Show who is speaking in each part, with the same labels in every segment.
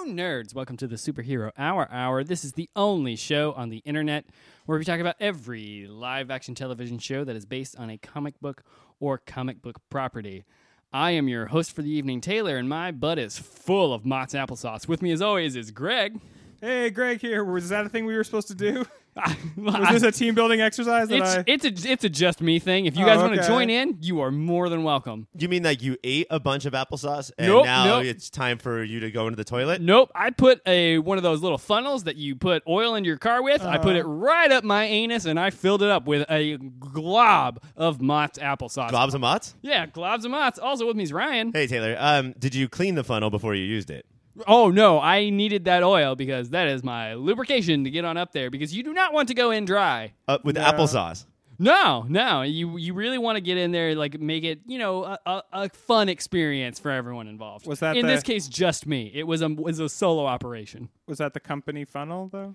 Speaker 1: Hello, nerds. Welcome to the Superhero Hour Hour. This is the only show on the internet where we talk about every live action television show that is based on a comic book or comic book property. I am your host for the evening, Taylor, and my butt is full of Mott's applesauce. With me, as always, is Greg.
Speaker 2: Hey, Greg here. Was that a thing we were supposed to do? Was
Speaker 1: I-
Speaker 2: this a team building exercise that I?
Speaker 1: it's, it's a it's a just me thing. If you
Speaker 2: Oh,
Speaker 1: guys want to
Speaker 2: okay.
Speaker 1: join in, you are more than welcome.
Speaker 3: You mean like you ate a bunch of applesauce and
Speaker 1: Nope,
Speaker 3: now
Speaker 1: nope.
Speaker 3: it's time for you to go into the toilet?
Speaker 1: Nope, I put a one of those little funnels that you put oil into your car with. I put it
Speaker 2: Uh-huh.
Speaker 1: right up my anus and I filled it up with a glob of Mott's applesauce.
Speaker 3: Globs and Mott's?
Speaker 1: Yeah, globs of Mott's. Also with me is Ryan.
Speaker 3: Hey Taylor, um, did you clean the funnel before you used it?
Speaker 1: Oh no, I needed that oil because that is my lubrication to get on up there because you do not want to go in dry.
Speaker 3: Uh, with
Speaker 2: No.
Speaker 3: applesauce.
Speaker 1: No, no, you you really want to get in there like make it you know a, a, a fun experience for everyone involved.
Speaker 2: Was that
Speaker 1: in
Speaker 2: the-
Speaker 1: this case just me? It was a was a solo operation.
Speaker 2: was that the company funnel though?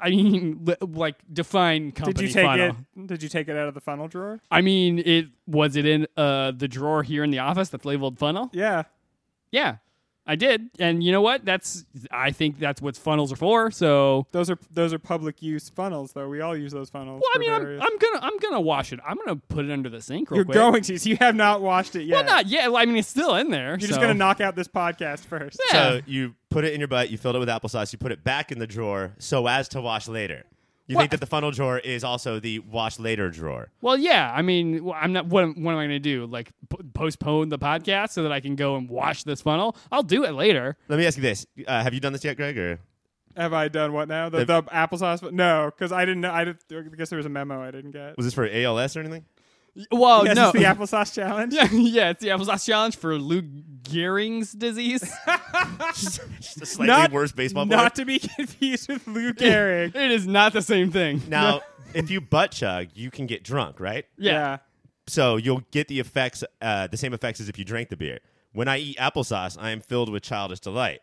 Speaker 1: I mean, li- like define company
Speaker 2: Did you take
Speaker 1: funnel.
Speaker 2: it? Did you take it out of the funnel drawer?
Speaker 1: I mean, it was it in uh, the drawer here in the office that's labeled funnel.
Speaker 2: Yeah.
Speaker 1: Yeah, I did, and you know what? That's I think that's what funnels are for. So,
Speaker 2: Those are those are public use funnels though. We all use those funnels.
Speaker 1: well, I
Speaker 2: for
Speaker 1: mean, I'm,
Speaker 2: various-
Speaker 1: I'm gonna I'm gonna wash it. I'm gonna put it under the sink. Real
Speaker 2: you're
Speaker 1: quick.
Speaker 2: going to. So you have not washed it yet.
Speaker 1: Well, not yet. I mean, it's still in there.
Speaker 2: You're just gonna knock out this podcast first.
Speaker 1: Yeah.
Speaker 3: So you put it in your butt, you filled it with applesauce, you put it back in the drawer so as to wash later. You
Speaker 1: What?
Speaker 3: think that the funnel drawer is also the wash later drawer.
Speaker 1: Well, yeah. I mean, well, I'm not. What, am- what am I gonna do? Like p- postpone the podcast so that I can go and wash this funnel? I'll do it later.
Speaker 3: Let me ask you this. Uh, have you done this yet, Greg? Or
Speaker 2: Have I done what now? The, the applesauce? fun- No, because I didn't. know. I, did, I guess there was a memo I didn't get.
Speaker 3: was this for ALS or anything?
Speaker 1: Well,
Speaker 2: yes,
Speaker 1: no.
Speaker 2: it's the applesauce challenge.
Speaker 1: Yeah, yeah, it's the applesauce challenge for Lou Gehrig's disease.
Speaker 3: Just a slightly
Speaker 2: Not-
Speaker 3: worse baseball player?
Speaker 2: Not to be confused with Lou Gehrig.
Speaker 1: It is not the same thing.
Speaker 3: Now, if you butt chug, you can get drunk, right?
Speaker 1: yeah.
Speaker 3: so you'll get the effects, uh, the same effects as if you drank the beer. When I eat applesauce, I am filled with childish delight.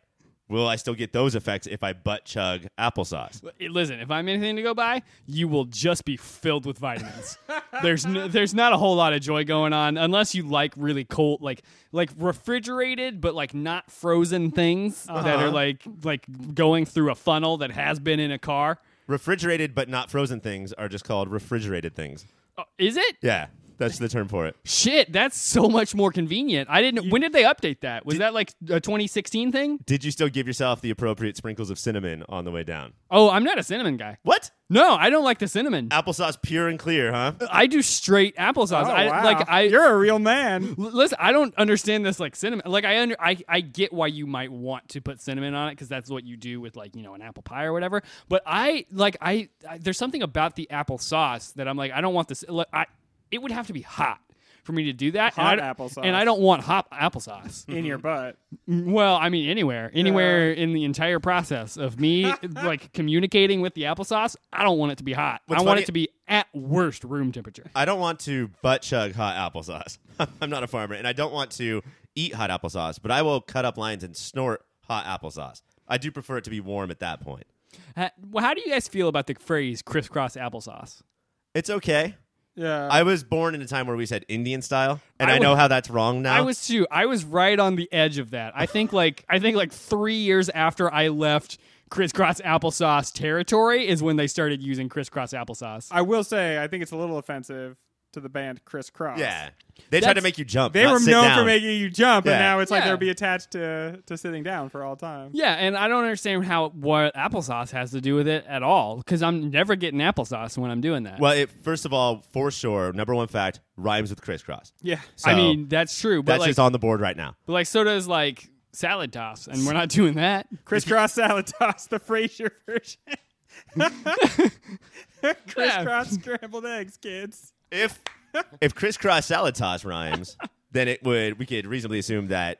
Speaker 3: Will I still get those effects if I butt chug applesauce?
Speaker 1: Hey, Listen, if I'm anything to go by, you will just be filled with vitamins. there's no, there's not a whole lot of joy going on unless you like really cold, like like refrigerated but like not frozen things that are like like going through a funnel that has been in a car.
Speaker 3: Refrigerated but not frozen things are just called refrigerated things.
Speaker 1: Uh, is it?
Speaker 3: Yeah, that's the term for it.
Speaker 1: Shit, that's so much more convenient. I didn't. when did they update that? Was that like a 2016 thing?
Speaker 3: Did you still give yourself the appropriate sprinkles of cinnamon on the way down?
Speaker 1: Oh, I'm not a cinnamon guy.
Speaker 3: What?
Speaker 1: No, I don't like the cinnamon.
Speaker 3: Applesauce pure and clear, huh?
Speaker 1: I do straight applesauce.
Speaker 2: Oh,
Speaker 1: I
Speaker 2: wow.
Speaker 1: like I
Speaker 2: You're a real man.
Speaker 1: L- Listen, I don't understand this like cinnamon. Like I under I, I get why you might want to put cinnamon on it because that's what you do with like you know an apple pie or whatever. But I like I, I there's something about the apple sauce that I'm like I don't want this. Like, I it would have to be hot for me to do that.
Speaker 2: Hot
Speaker 1: and I, don't-
Speaker 2: applesauce.
Speaker 1: and I don't want hot applesauce.
Speaker 2: in your butt.
Speaker 1: well, I mean anywhere, anywhere in the entire process of me like communicating with the applesauce, I don't want it to be hot.
Speaker 3: What's
Speaker 1: I want
Speaker 3: funny-
Speaker 1: it to be at worst room temperature.
Speaker 3: I don't want to butt chug hot applesauce. I'm not a farmer, and I don't want to eat hot applesauce, but I will cut up lines and snort hot applesauce. I do prefer it to be warm at that point.
Speaker 1: Ha- well, how do you guys feel about the phrase crisscross applesauce?
Speaker 3: It's okay.
Speaker 2: Yeah.
Speaker 3: I was born in a time where we said Indian style, and
Speaker 1: I
Speaker 3: I, know
Speaker 1: was-
Speaker 3: how that's wrong now.
Speaker 1: I was too. I was right on the edge of that. I think like I think like three years after I left crisscross applesauce territory is when they started using crisscross applesauce.
Speaker 2: I will say, I think it's a little offensive to the band Criss Cross.
Speaker 3: yeah, they tried to
Speaker 1: That's-
Speaker 3: make you jump.
Speaker 2: They
Speaker 3: not
Speaker 2: were
Speaker 3: sit
Speaker 2: known
Speaker 3: down.
Speaker 2: for making you jump,
Speaker 3: Yeah.
Speaker 2: and now it's like
Speaker 1: Yeah.
Speaker 2: they'll be attached to, to sitting down for all time.
Speaker 1: Yeah, and I don't understand how what applesauce has to do with it at all because I'm never getting applesauce when I'm doing that.
Speaker 3: Well, it, first of all, for sure, number one fact rhymes with crisscross.
Speaker 2: Yeah.
Speaker 1: I
Speaker 3: so-
Speaker 1: mean that's true, but
Speaker 3: That's
Speaker 1: like
Speaker 3: just on the board right now.
Speaker 1: but like so does like salad toss, and we're not doing that.
Speaker 2: Criss Cross Salad Toss, the Frasier version. Criss
Speaker 1: Yeah.
Speaker 2: Cross Scrambled Eggs, kids.
Speaker 3: If if crisscross salad toss rhymes, then it would we could reasonably assume that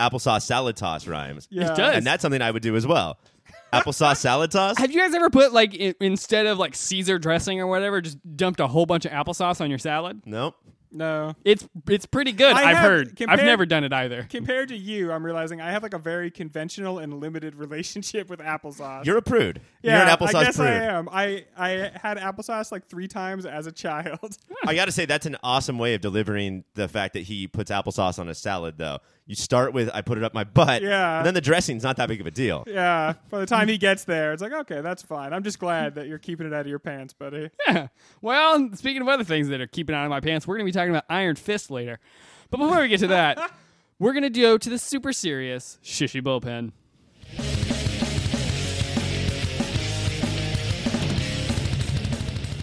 Speaker 3: applesauce salad toss rhymes,
Speaker 2: Yeah.
Speaker 1: It does.
Speaker 3: and that's something I would do as well. Applesauce salad toss.
Speaker 1: Have you guys ever put like i- instead of like Caesar dressing or whatever, just dumped a whole bunch of applesauce on your salad?
Speaker 3: Nope.
Speaker 2: No.
Speaker 1: It's it's pretty good.
Speaker 2: I
Speaker 1: I've
Speaker 2: have-
Speaker 1: heard.
Speaker 2: compared-
Speaker 1: I've never done it either.
Speaker 2: Compared to you, I'm realizing I have like a very conventional and limited relationship with applesauce.
Speaker 3: You're a prude.
Speaker 2: yeah,
Speaker 3: You're an applesauce
Speaker 2: I guess
Speaker 3: prude.
Speaker 2: I am. I, I had applesauce like three times as a child.
Speaker 3: I got to say, that's an awesome way of delivering the fact that he puts applesauce on a salad, though. You start with, I put it up my butt.
Speaker 2: Yeah.
Speaker 3: And then the dressing's not that big of a deal.
Speaker 2: yeah. By the time he gets there, it's like, okay, that's fine. I'm just glad that you're keeping it out of your pants, buddy.
Speaker 1: Well, speaking of other things that are keeping out of my pants, we're going to be talking about Iron Fist later. But before we get to that, we're going to go to the super serious Shishy Bullpen.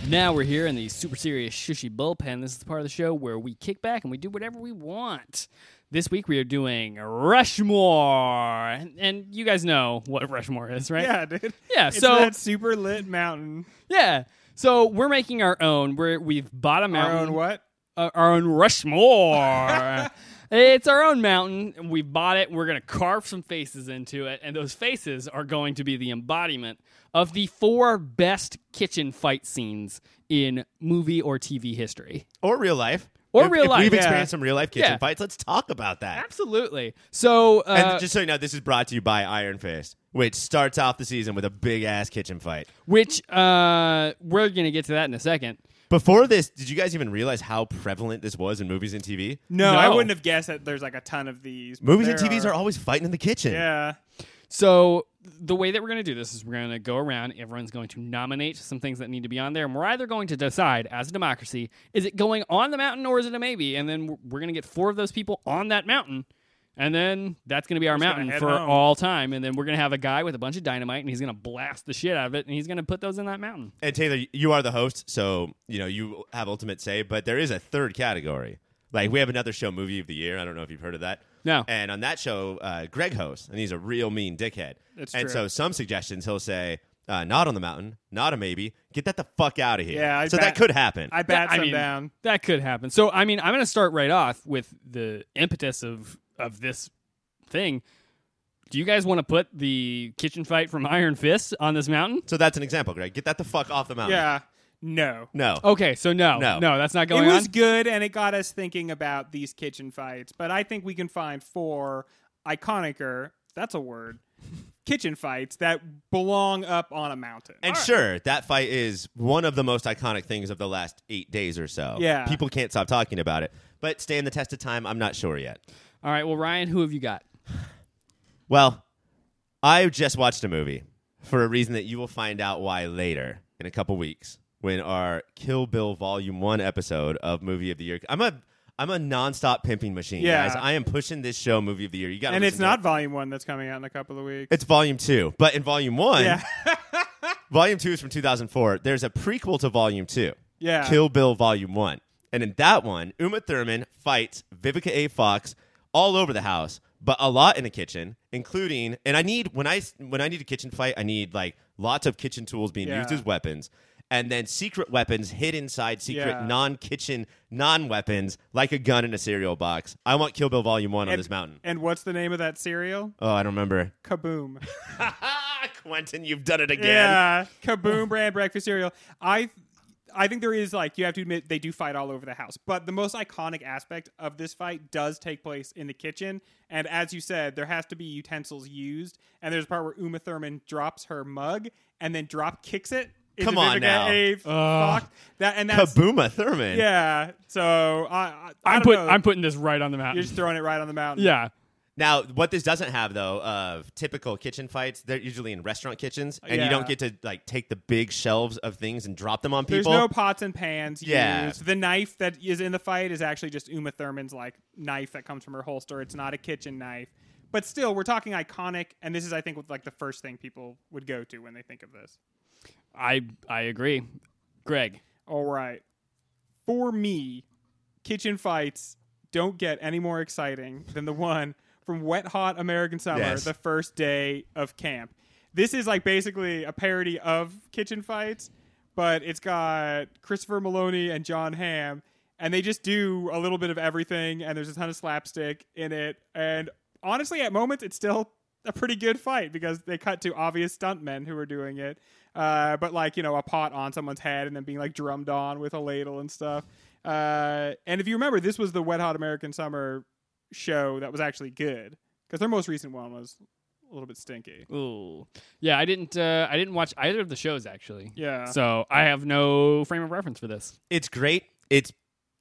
Speaker 1: Now we're here in the super serious Shishy Bullpen. This is the part of the show where we kick back and we do whatever we want. This week we are doing Rushmore. And, and you guys know what Rushmore is, right?
Speaker 2: Yeah, dude.
Speaker 1: Yeah,
Speaker 2: It's
Speaker 1: so-
Speaker 2: that super lit mountain.
Speaker 1: Yeah. So we're making our own. We're we've bought a
Speaker 2: Our
Speaker 1: mountain.
Speaker 2: own what?
Speaker 1: Uh, our own Rushmore. it's our own mountain. We bought it. We're gonna carve some faces into it, and those faces are going to be the embodiment of the four best kitchen fight scenes in movie or TV history.
Speaker 3: Or real life.
Speaker 1: Or
Speaker 3: If-
Speaker 1: real
Speaker 3: if
Speaker 1: life,
Speaker 3: We've
Speaker 1: yeah.
Speaker 3: experienced some real life kitchen
Speaker 1: Yeah.
Speaker 3: fights. Let's talk about that.
Speaker 1: Absolutely. So uh,
Speaker 3: and just so you know, this is brought to you by Iron Fist, which starts off the season with a big ass kitchen fight.
Speaker 1: which uh, we're gonna get to that in a second.
Speaker 3: Before this, did you guys even realize how prevalent this was in movies and TV?
Speaker 2: No, I
Speaker 1: No.
Speaker 2: wouldn't have guessed that there's like a ton of these. but
Speaker 3: Movies
Speaker 2: there
Speaker 3: and TVs are. always fighting in the kitchen.
Speaker 2: Yeah.
Speaker 1: So the way that we're going to do this is we're going to go around. Everyone's going to nominate some things that need to be on there, and we're either going to decide as a democracy is it going on the mountain or is it a maybe, and then we're- we're going to get four of those people on that mountain. And then that's going to be our
Speaker 2: gonna
Speaker 1: mountain
Speaker 2: head
Speaker 1: for
Speaker 2: home.
Speaker 1: all time. And then we're going to have a guy with a bunch of dynamite, and he's going to blast the shit out of it, and he's going to put those in that mountain.
Speaker 3: And Taylor, you are the host, so you know you have ultimate say. But there is a third category. Like we have another show, movie of the year. I don't know if you've heard of that.
Speaker 1: No.
Speaker 3: And on that show, uh, Greg hosts, and he's a real mean dickhead.
Speaker 2: That's
Speaker 3: and
Speaker 2: true.
Speaker 3: so some suggestions he'll say, uh, "Not on the mountain, not a maybe. Get that the fuck out of here."
Speaker 2: Yeah, I
Speaker 3: so
Speaker 2: bet-
Speaker 3: that could happen.
Speaker 2: I bat
Speaker 1: I
Speaker 2: some
Speaker 1: mean,
Speaker 2: down.
Speaker 1: That could happen. So I mean, I'm going to start right off with the impetus of of this thing. Do you guys want to put the kitchen fight from Iron Fist on this mountain?
Speaker 3: so that's an example, Greg. Get that the fuck off the
Speaker 1: um,
Speaker 3: mountain.
Speaker 2: Yeah. Oh, No.
Speaker 3: No.
Speaker 1: Okay, so no, no,
Speaker 3: No.
Speaker 1: that's not
Speaker 2: It
Speaker 1: going
Speaker 2: was
Speaker 1: on.
Speaker 2: good and it got us thinking about these kitchen fights, but I think we can find four iconicer, that's a word, kitchen fights that belong up on a mountain.
Speaker 3: And sure, that fight is one of the most iconic things of the last eight days or so.
Speaker 2: Yeah.
Speaker 3: People can't stop talking about it. But stand the test of time, I'm not sure yet.
Speaker 1: All right, well, Ryan, who have you got?
Speaker 3: Well, I just watched a movie for a reason that you will find out why later in a couple weeks when our Kill Bill Volume One episode of Movie of the Year. I'm a I'm a nonstop pimping machine,
Speaker 2: Yeah.
Speaker 3: guys. I am pushing this show Movie of the Year. You got
Speaker 2: And it's not volume one that's coming out in a couple of weeks.
Speaker 3: It's Volume Two, but in Volume One,
Speaker 2: Yeah.
Speaker 3: Volume Two is from 2004. There's a prequel to Volume Two.
Speaker 2: Yeah.
Speaker 3: Kill Bill Volume One, and in that one, Uma Thurman fights Vivica A. Fox all over the house, but a lot in the kitchen, including. And I need when I when I need a kitchen fight, I need like lots of kitchen tools being
Speaker 2: Yeah.
Speaker 3: used as weapons. And then secret weapons hid inside secret
Speaker 2: Yeah.
Speaker 3: non-kitchen non-weapons like a gun in a cereal box. I want Kill Bill Volume One on
Speaker 2: and,
Speaker 3: this mountain.
Speaker 2: And what's the name of that cereal?
Speaker 3: Oh, I don't remember.
Speaker 2: Kaboom.
Speaker 3: Quentin, you've done it again.
Speaker 2: Yeah, Kaboom brand breakfast cereal. I I think there is like you have to admit they do fight all over the house, but the most iconic aspect of this fight does take place in the kitchen. And as you said, there has to be utensils used. And there's a part where Uma Thurman drops her mug and then drop kicks it. into
Speaker 3: Come on
Speaker 2: Vivica
Speaker 3: now.
Speaker 2: A. Fox. That and that's
Speaker 3: Kabooma Thurman.
Speaker 2: yeah. So I, I, I
Speaker 1: I'm
Speaker 2: don't
Speaker 1: put,
Speaker 2: know.
Speaker 1: I'm putting this right on the mountain.
Speaker 2: You're just throwing it right on the mountain.
Speaker 1: yeah,
Speaker 3: Now, what this doesn't have though of typical kitchen fights, they're usually in restaurant kitchens, and
Speaker 2: Yeah.
Speaker 3: you don't get to like take the big shelves of things and drop them on
Speaker 2: There's
Speaker 3: people.
Speaker 2: no pots and pans
Speaker 3: Yeah.
Speaker 2: used. The knife that is in the fight is actually just Uma Thurman's like knife that comes from her holster. It's not a kitchen knife. But still, we're talking iconic, and this is, I think, like the first thing people would go to when they think of this.
Speaker 1: I I agree. Greg,
Speaker 2: All right. For me, kitchen fights don't get any more exciting than the one from Wet Hot American Summer,
Speaker 3: Yes.
Speaker 2: the first day of camp. This is like basically a parody of kitchen fights, but it's got Christopher Maloney and John Hamm, and they just do a little bit of everything, and there's a ton of slapstick in it. And honestly, at moments, it's still a pretty good fight because they cut to obvious stuntmen who are doing it. Uh, but like you know, a pot on someone's head and then being like drummed on with a ladle and stuff. Uh, and if you remember, this was the Wet Hot American Summer show that was actually good because their most recent one was a little bit stinky.
Speaker 1: Ooh, yeah. I didn't. Uh, I didn't watch either of the shows actually.
Speaker 2: Yeah.
Speaker 1: So I have no frame of reference for this.
Speaker 3: it's great. It's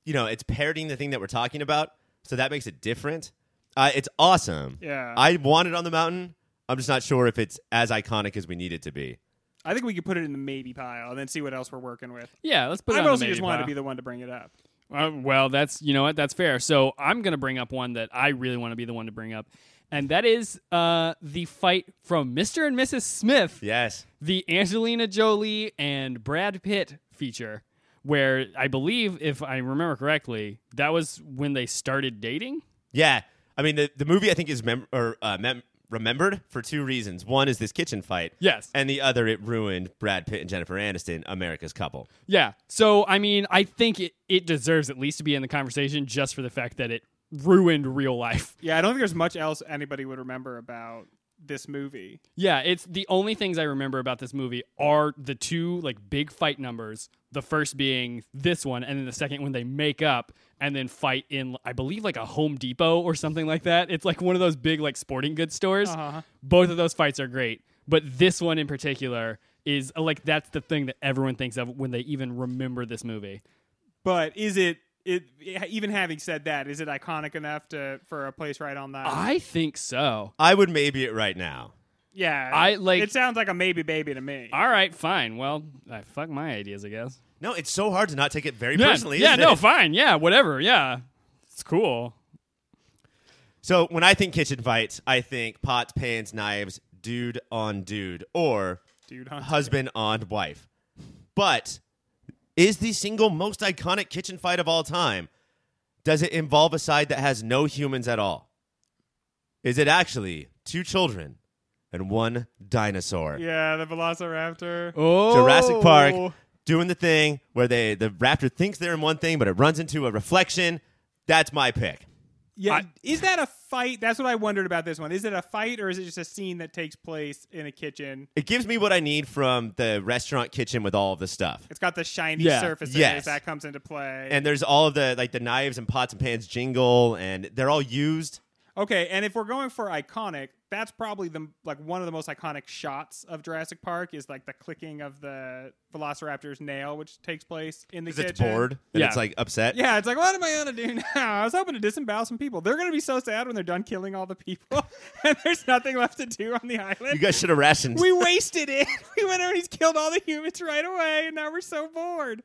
Speaker 3: you know, it's parroting the thing that we're talking about, so that makes it different. Uh, it's awesome.
Speaker 2: Yeah.
Speaker 3: I want it on the mountain. I'm just not sure if it's as iconic as we need it to be.
Speaker 2: I think we could put it in the maybe pile and then see what else we're working with.
Speaker 1: Yeah, let's put. it
Speaker 2: I
Speaker 1: on the
Speaker 2: mostly
Speaker 1: maybe
Speaker 2: just wanted
Speaker 1: pile.
Speaker 2: to be the one to bring it up.
Speaker 1: Uh, well, that's you know what that's fair. So I'm gonna bring up one that I really want to be the one to bring up, and that is uh, the fight from Mr. and Mrs. Smith,
Speaker 3: Yes.
Speaker 1: the Angelina Jolie and Brad Pitt feature, where I believe, if I remember correctly, that was when they started dating.
Speaker 3: Yeah. I mean, the, the movie I think is mem- or, uh, mem- remembered for two reasons. One is this kitchen fight.
Speaker 1: Yes.
Speaker 3: And the other, it ruined Brad Pitt and Jennifer Aniston, America's couple.
Speaker 1: Yeah. So I mean, I think it it deserves at least to be in the conversation just for the fact that it ruined real life.
Speaker 2: Yeah, I don't think there's much else anybody would remember about this movie.
Speaker 1: Yeah, it's the only things I remember about this movie are the two like big fight numbers. The first being this one, and then the second when they make up and then fight in, I believe, like a Home Depot or something like that. It's like one of those big like sporting goods stores.
Speaker 2: Uh-huh.
Speaker 1: Both of those fights are great, but this one in particular is uh, like that's the thing that everyone thinks of when they even remember this movie.
Speaker 2: But is it, it even having said that, is it iconic enough to for a place right on that?
Speaker 1: I think so.
Speaker 3: I would maybe it right now.
Speaker 2: yeah,
Speaker 1: I, like-
Speaker 2: It sounds like a maybe baby to me.
Speaker 1: All right, fine. Well, I fuck my ideas, I guess.
Speaker 3: No, it's so hard to not take it very
Speaker 1: Yeah,
Speaker 3: personally.
Speaker 1: yeah,
Speaker 3: isn't
Speaker 1: no,
Speaker 3: it?
Speaker 1: fine. Yeah, whatever. Yeah, it's cool.
Speaker 3: So when I think kitchen fights, I think pots, pans, knives, dude on dude, or
Speaker 2: Dude, huh?
Speaker 3: husband on wife. But is the single most iconic kitchen fight of all time? Does it involve a side that has no humans at all? Is it actually two children and one dinosaur?
Speaker 2: yeah, the Velociraptor.
Speaker 1: Oh,
Speaker 3: Jurassic Park
Speaker 2: Oh.
Speaker 3: doing the thing where they the raptor thinks they're in one thing, but it runs into a reflection. That's my pick.
Speaker 2: Yeah,
Speaker 1: I-
Speaker 2: is that a fight? That's what I wondered about this one. Is it a fight or is it just a scene that takes place in a kitchen?
Speaker 3: It gives me what I need from the restaurant kitchen with all of the stuff.
Speaker 2: It's got the shiny
Speaker 1: Yeah,
Speaker 2: surfaces
Speaker 3: yes.
Speaker 2: that comes into play.
Speaker 3: And there's all of the like the knives and pots and pans jingle, and they're all used.
Speaker 2: okay, and if we're going for iconic, that's probably the like one of the most iconic shots of Jurassic Park is like the clicking of the Velociraptor's nail, which takes place in the
Speaker 3: because
Speaker 2: kitchen.
Speaker 3: it's bored and
Speaker 1: Yeah.
Speaker 3: it's like upset.
Speaker 2: Yeah, it's like, what am I gonna do now? I was hoping to disembowel some people. They're gonna be so sad when they're done killing all the people, and there's nothing left to do on the island.
Speaker 3: You guys should have rationed.
Speaker 2: We wasted it. We went over. He's killed all the humans right away, and now we're so bored.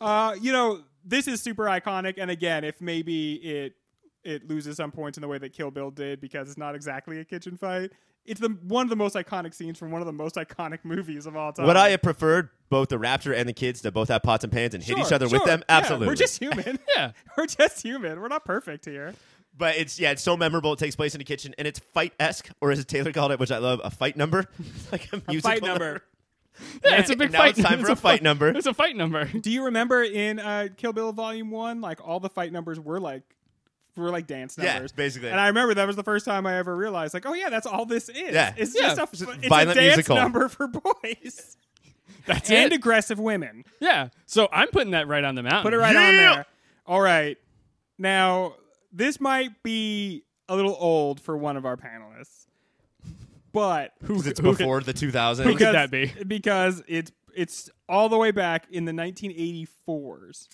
Speaker 2: Uh, you know, this is super iconic. And again, if maybe it it loses some points in the way that Kill Bill did because it's not exactly a kitchen fight. It's the one of the most iconic scenes from one of the most iconic movies of all time.
Speaker 3: Would I have preferred both the raptor and the kids to both have pots and pans and
Speaker 2: Sure,
Speaker 3: hit each other with
Speaker 2: sure.
Speaker 3: them?
Speaker 2: Yeah,
Speaker 3: Absolutely.
Speaker 2: we're just human.
Speaker 1: Yeah.
Speaker 2: we're just human. We're not perfect here.
Speaker 3: but it's yeah, it's so memorable. It takes place in the kitchen and it's fight esque, or as Taylor called it, which I love, a fight number, It's like a musical
Speaker 2: Fight number.
Speaker 1: Yeah, it's a big
Speaker 3: now
Speaker 1: fight.
Speaker 3: it's time for a fight number.
Speaker 1: It's a fight number.
Speaker 2: Do you remember in uh, Kill Bill Volume One, like all the fight numbers were like were like dance
Speaker 3: Yeah,
Speaker 2: numbers,
Speaker 3: basically.
Speaker 2: And I remember that was the first time I ever realized, like, oh yeah, that's all this is.
Speaker 3: Yeah.
Speaker 2: it's
Speaker 1: Yeah,
Speaker 2: just a,
Speaker 1: it's
Speaker 2: fu- it's
Speaker 3: violent
Speaker 2: a dance
Speaker 3: musical.
Speaker 2: number for boys
Speaker 1: That's it.
Speaker 2: and aggressive women.
Speaker 1: Yeah. So I'm putting that right on the mountain.
Speaker 2: Put it right on
Speaker 3: Yeah.
Speaker 2: there. All right, now this might be a little old for one of our panelists, but
Speaker 3: Because it's
Speaker 1: Who- who-
Speaker 3: before the 2000s.
Speaker 1: who could- that be?
Speaker 2: Because it's it's all the way back in the 1984s.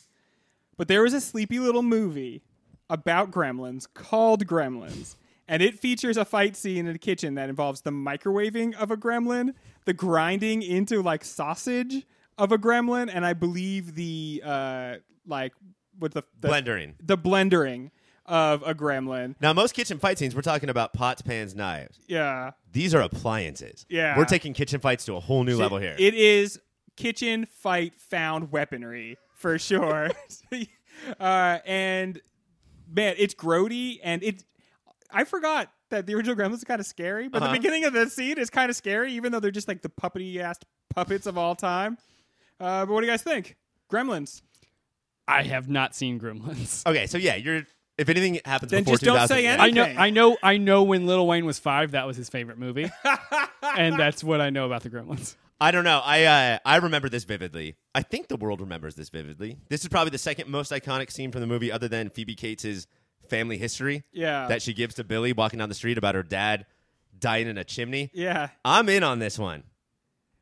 Speaker 2: But there was a sleepy little movie about Gremlins called Gremlins. And it features a fight scene in a kitchen that involves the microwaving of a gremlin, the grinding into like sausage of a gremlin, and I believe the uh like with the, the
Speaker 3: Blendering.
Speaker 2: the blendering of a gremlin.
Speaker 3: Now, most kitchen fight scenes, we're talking about pots, pans, knives.
Speaker 2: Yeah.
Speaker 3: These are appliances.
Speaker 2: Yeah.
Speaker 3: We're taking kitchen fights to a whole new level here.
Speaker 2: It is kitchen fight found weaponry for sure. uh, and man, it's grody and it. I forgot that the original Gremlins is kind of scary, but
Speaker 3: Uh-huh.
Speaker 2: the beginning of the scene is kind of scary, even though they're just like the puppety ass puppets of all time. Uh, but what do you guys think? Gremlins.
Speaker 1: I have not seen Gremlins.
Speaker 3: okay, so yeah, you're. If anything happens
Speaker 2: Then
Speaker 3: before
Speaker 2: just don't
Speaker 3: 2000,
Speaker 2: say anything.
Speaker 3: yeah.
Speaker 1: I know.
Speaker 2: Okay.
Speaker 1: I know. I know. When Little Wayne was five, that was his favorite movie, and that's what I know about the Gremlins.
Speaker 3: I don't know. I uh, I remember this vividly. I think the world remembers this vividly. This is probably the second most iconic scene from the movie, other than Phoebe Cates' family history
Speaker 2: Yeah.
Speaker 3: that she gives to Billy walking down the street about her dad dying in a chimney.
Speaker 2: yeah.
Speaker 3: I'm in on this one.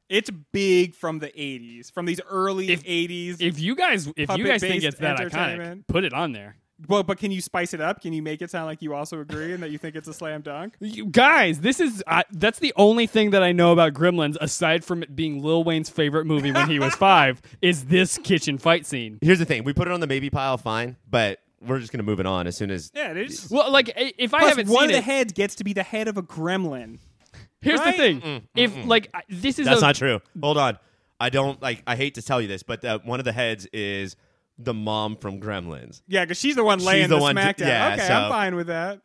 Speaker 2: It's big from the 80s, from these early
Speaker 1: If-
Speaker 2: 80s.
Speaker 1: If you guys, if you guys think
Speaker 2: Puppet-based
Speaker 1: it's that iconic,
Speaker 2: entertainment.
Speaker 1: put it on there.
Speaker 2: well, but can you spice it up? Can you make it sound like you also agree and that you think it's a slam dunk?
Speaker 1: You guys, this is uh, that's the only thing that I know about Gremlins aside from it being Lil Wayne's favorite movie when he was five is this kitchen fight scene.
Speaker 3: Here's the thing: we put it on the maybe pile, fine, but we're just gonna move it on as soon as.
Speaker 2: Yeah, it is.
Speaker 1: Well, like i- if I
Speaker 2: Plus,
Speaker 1: haven't
Speaker 2: one
Speaker 1: seen
Speaker 2: of the
Speaker 1: it,
Speaker 2: heads gets to be the head of a gremlin.
Speaker 1: here's
Speaker 2: right?
Speaker 1: the thing:
Speaker 3: Mm,
Speaker 1: if like I- this is
Speaker 3: That's
Speaker 1: a-
Speaker 3: not true. Hold on. I don't like. I hate to tell you this, but uh, one of the heads is the mom from Gremlins.
Speaker 2: Yeah, because she's the one laying
Speaker 3: the
Speaker 2: the,
Speaker 3: one d-
Speaker 2: smack down.
Speaker 3: yeah,
Speaker 2: okay,
Speaker 3: so-
Speaker 2: I'm fine with that.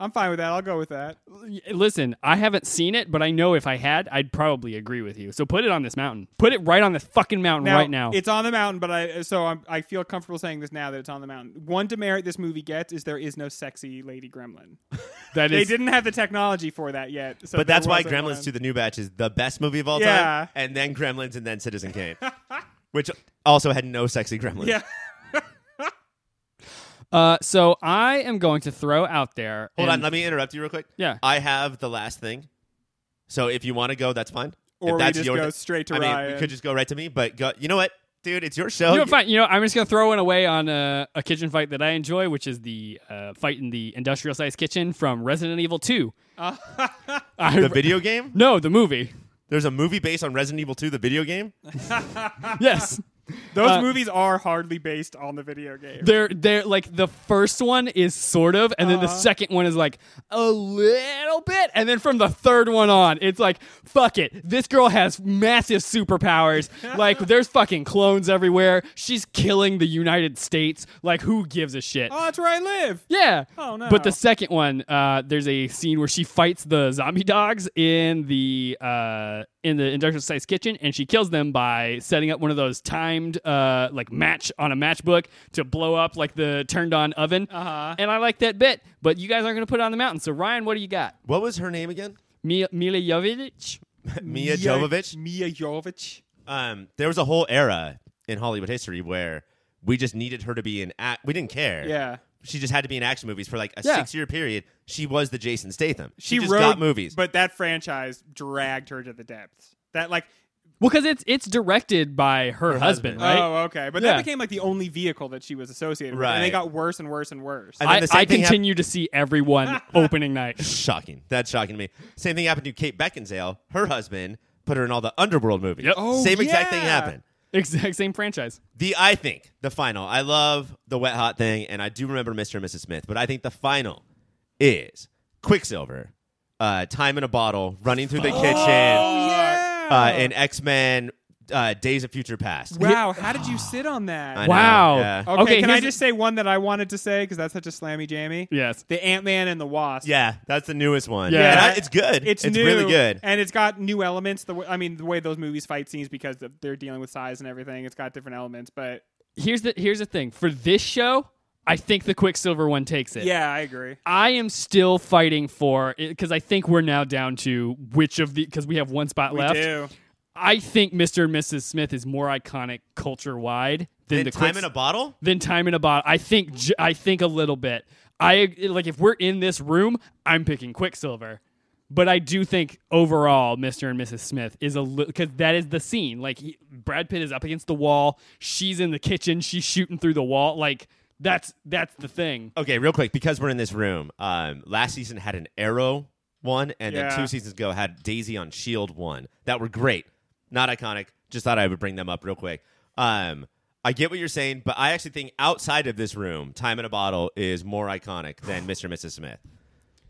Speaker 2: I'm fine with that. I'll go with that.
Speaker 1: Listen, I haven't seen it, but I know if I had, I'd probably agree with you. So put it on this mountain. Put it right on this fucking mountain right now.
Speaker 2: It's on the mountain, but I so I'm, I feel comfortable saying this now that it's on the mountain. One demerit this movie gets is there is no sexy lady gremlin.
Speaker 1: That
Speaker 2: they
Speaker 1: is-
Speaker 2: didn't have the technology for that yet. So
Speaker 3: But that's
Speaker 2: there
Speaker 3: why
Speaker 2: wasn't
Speaker 3: Gremlins
Speaker 2: one.
Speaker 3: to the New Batch is the best movie of all
Speaker 2: Yeah.
Speaker 3: time, and then Gremlins, and then Citizen Kane, which also had no sexy Gremlins.
Speaker 2: Yeah.
Speaker 1: Uh, so I am going to throw out there.
Speaker 3: Hold on,
Speaker 1: and-
Speaker 3: let me interrupt you real quick.
Speaker 1: Yeah.
Speaker 3: I have the last thing, so if you want to go, that's fine.
Speaker 2: Or
Speaker 3: if
Speaker 2: we
Speaker 3: that's
Speaker 2: just
Speaker 3: your
Speaker 2: go
Speaker 3: thi-
Speaker 2: straight to
Speaker 3: I mean,
Speaker 2: Ryan.
Speaker 3: we could just go right to me, but go, you know what, dude, it's your show.
Speaker 1: you know,
Speaker 3: You-
Speaker 1: fine. You know, I'm just gonna throw one away on a, a kitchen fight that I enjoy, which is the uh, fight in the industrial sized kitchen from Resident Evil 2. I-
Speaker 3: the video game?
Speaker 1: no, the movie.
Speaker 3: There's a movie based on Resident Evil 2, the video game.
Speaker 1: Yes,
Speaker 2: Those
Speaker 1: Uh,
Speaker 2: movies are hardly based on the video game.
Speaker 1: they're they're like the first one is sort of, and then the second one is like a little bit, and then from the third one on, it's like fuck it. This girl has massive superpowers. like there's fucking clones everywhere. She's killing the United States. Like who gives a shit?
Speaker 2: oh, that's where I live.
Speaker 1: Yeah.
Speaker 2: Oh, no.
Speaker 1: But the second one, uh, there's a scene where she fights the zombie dogs in the uh, in the industrial size kitchen, and she kills them by setting up one of those timed uh, like match on a matchbook to blow up like the turned on oven.
Speaker 2: Uh-huh.
Speaker 1: And I like that bit, but you guys aren't gonna put it on the mountain. So Ryan, what do you got?
Speaker 3: What was her name again?
Speaker 1: Mi- Mila Jovovich.
Speaker 3: Mia Jovovich.
Speaker 2: Mia Jovovich.
Speaker 3: Um, there was a whole era in Hollywood history where we just needed her to be in. Act- we didn't care.
Speaker 2: Yeah.
Speaker 3: She just had to be in action movies for like a
Speaker 1: Yeah.
Speaker 3: six-year period. She was the Jason Statham. She,
Speaker 2: She
Speaker 3: just
Speaker 2: wrote
Speaker 3: got movies.
Speaker 2: But that franchise dragged her to the depths. That like
Speaker 1: Well, because it's it's directed by her, husband,
Speaker 3: husband.
Speaker 1: right?
Speaker 2: oh okay, but
Speaker 1: Yeah.
Speaker 2: that became like the only vehicle that she was associated with, and they
Speaker 3: Right.
Speaker 2: got worse and worse and worse.
Speaker 3: And then
Speaker 1: I,
Speaker 3: the same
Speaker 1: I
Speaker 3: thing hap-
Speaker 1: continue to see everyone opening night.
Speaker 3: shocking. That's shocking to me. Same thing happened to Kate Beckinsale. Her husband put her in all the Underworld movies.
Speaker 1: Yep.
Speaker 2: Oh,
Speaker 3: Same exact
Speaker 2: yeah.
Speaker 3: thing happened.
Speaker 1: Exact same franchise.
Speaker 3: The I think the final. I love the wet hot thing, and I do remember Mr. and Mrs. Smith. But I think the final is Quicksilver, uh, time in a bottle, running through the kitchen,
Speaker 2: Oh, yeah.
Speaker 3: uh, and X Men, uh, Days of Future Past.
Speaker 2: wow, how did you sit on that?
Speaker 3: I know,
Speaker 1: Wow.
Speaker 3: yeah.
Speaker 2: Okay, can I
Speaker 1: here's-
Speaker 2: just say one that I wanted to say because that's such a slammy jammy?
Speaker 1: Yes.
Speaker 2: The Ant Man and the Wasp.
Speaker 3: Yeah, that's the newest one.
Speaker 1: Yeah.
Speaker 3: And I- it's good.
Speaker 2: It's,
Speaker 3: It's,
Speaker 2: new,
Speaker 3: really good.
Speaker 2: and it's got new elements. The way, I mean, the way those movies fight scenes because of- they're dealing with size and everything. It's got different elements, but
Speaker 1: here's the here's the thing for this show i think the quicksilver one takes it
Speaker 2: yeah, I agree.
Speaker 1: i am still fighting for because i think we're now down to which of the because we have one spot
Speaker 2: We
Speaker 1: left
Speaker 2: do.
Speaker 1: i think mr and mrs smith is more iconic culture wide than
Speaker 3: Then
Speaker 1: the
Speaker 3: time
Speaker 1: Quicks-
Speaker 3: in a bottle.
Speaker 1: than time in a bottle i think j- i think a little bit i like if we're in this room i'm picking quicksilver but I do think overall, Mr. and Mrs. Smith is a little because that is the scene. Like he, Brad Pitt is up against the wall, she's in the kitchen, she's shooting through the wall. Like that's that's the thing.
Speaker 3: Okay, real quick, because we're in this room. Um, last season had an Arrow one, and
Speaker 2: Yeah.
Speaker 3: then two seasons ago had Daisy on Shield E one. That were great, not iconic. Just thought I would bring them up real quick. Um, I get what you're saying, but I actually think outside of this room, Time in a Bottle is more iconic than Mr. and Mrs. Smith.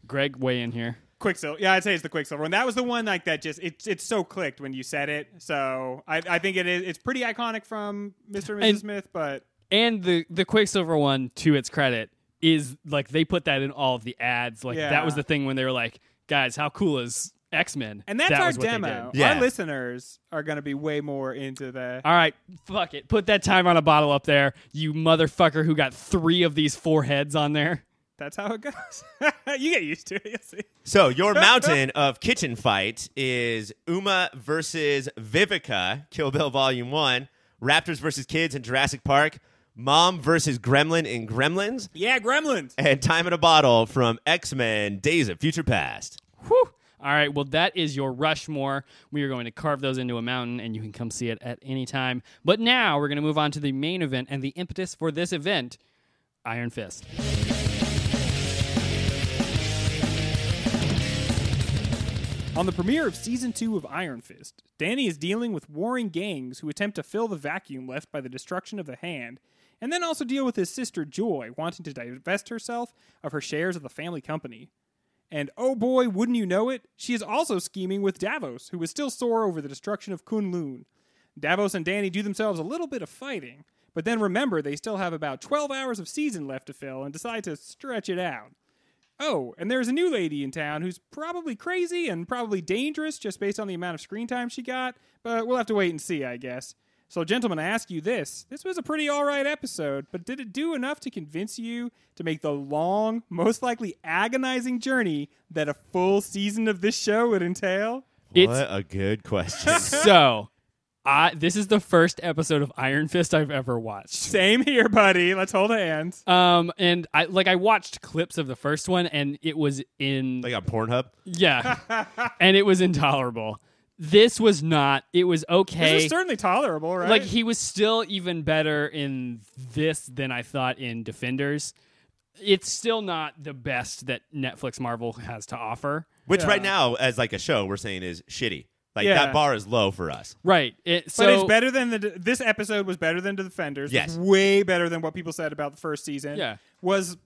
Speaker 1: Greg, weigh in here.
Speaker 2: Quicksilver. Yeah, I'd say it's the Quicksilver one. That was the one like that. Just it's it's so clicked when you said it. So I, I think it is. It's pretty iconic from Mr. and Mrs.
Speaker 1: And-
Speaker 2: Smith, but
Speaker 1: And the the Quicksilver one, to its credit, is like they put that in all of the ads. Like
Speaker 2: Yeah.
Speaker 1: that was the thing when they were like, guys, how cool is X Men?
Speaker 2: and that's our demo.
Speaker 3: did. Yeah.
Speaker 2: Our listeners are going to be way more into the.
Speaker 1: All right, fuck it. Put that time on a bottle up there, you motherfucker who got three of these foreheads on there.
Speaker 2: that's how it goes. you get used to it. You'll see.
Speaker 3: So your mountain of kitchen fights is Uma versus Vivica, Kill Bill Volume One, Raptors versus Kids in Jurassic Park, Mom versus Gremlin in Gremlins,
Speaker 2: Yeah, Gremlins.
Speaker 3: and Time in a Bottle from X Men: Days of Future Past.
Speaker 1: Whew. All right, well, that is your Rushmore. We are going to carve those into a mountain, and you can come see it at any time. But now we're going to move on to the main event and the impetus for this event Iron Fist.
Speaker 2: On the premiere of season two of Iron Fist, Danny is dealing with warring gangs who attempt to fill the vacuum left by the destruction of the hand, and then also deal with his sister Joy wanting to divest herself of her shares of the family company. And oh boy, wouldn't you know it, she is also scheming with Davos, who is still sore over the destruction of Kunlun. Davos and Danny do themselves a little bit of fighting, but then remember they still have about 12 hours of season left to fill and decide to stretch it out. Oh, and there's a new lady in town who's probably crazy and probably dangerous just based on the amount of screen time she got, but we'll have to wait and see, I guess. So, gentlemen, I ask you this. This was a pretty alright episode, but did it do enough to convince you to make the long, most likely agonizing journey that a full season of this show would entail?
Speaker 1: It's
Speaker 3: what a good question.
Speaker 1: so. I, this is the first episode of Iron Fist I've ever watched.
Speaker 2: Same here, buddy. Let's hold hands.
Speaker 1: Um, and I like I watched clips of the first one, and it was in
Speaker 3: like on Pornhub.
Speaker 1: yeah, and it was intolerable. This was not. It was okay.
Speaker 2: This is certainly tolerable, right?
Speaker 1: Like he was still even better in this than I thought in Defenders. It's still not the best that Netflix Marvel has to offer.
Speaker 3: Which
Speaker 2: Yeah.
Speaker 3: right now, as like a show, we're saying is shitty. Like
Speaker 2: Yeah.
Speaker 3: that bar is low for us.
Speaker 1: Right. It, so
Speaker 2: But it's better than the. This episode was better than Defenders. It was
Speaker 3: Yes.
Speaker 2: way better than what people said about the first season.
Speaker 1: Yeah.
Speaker 2: was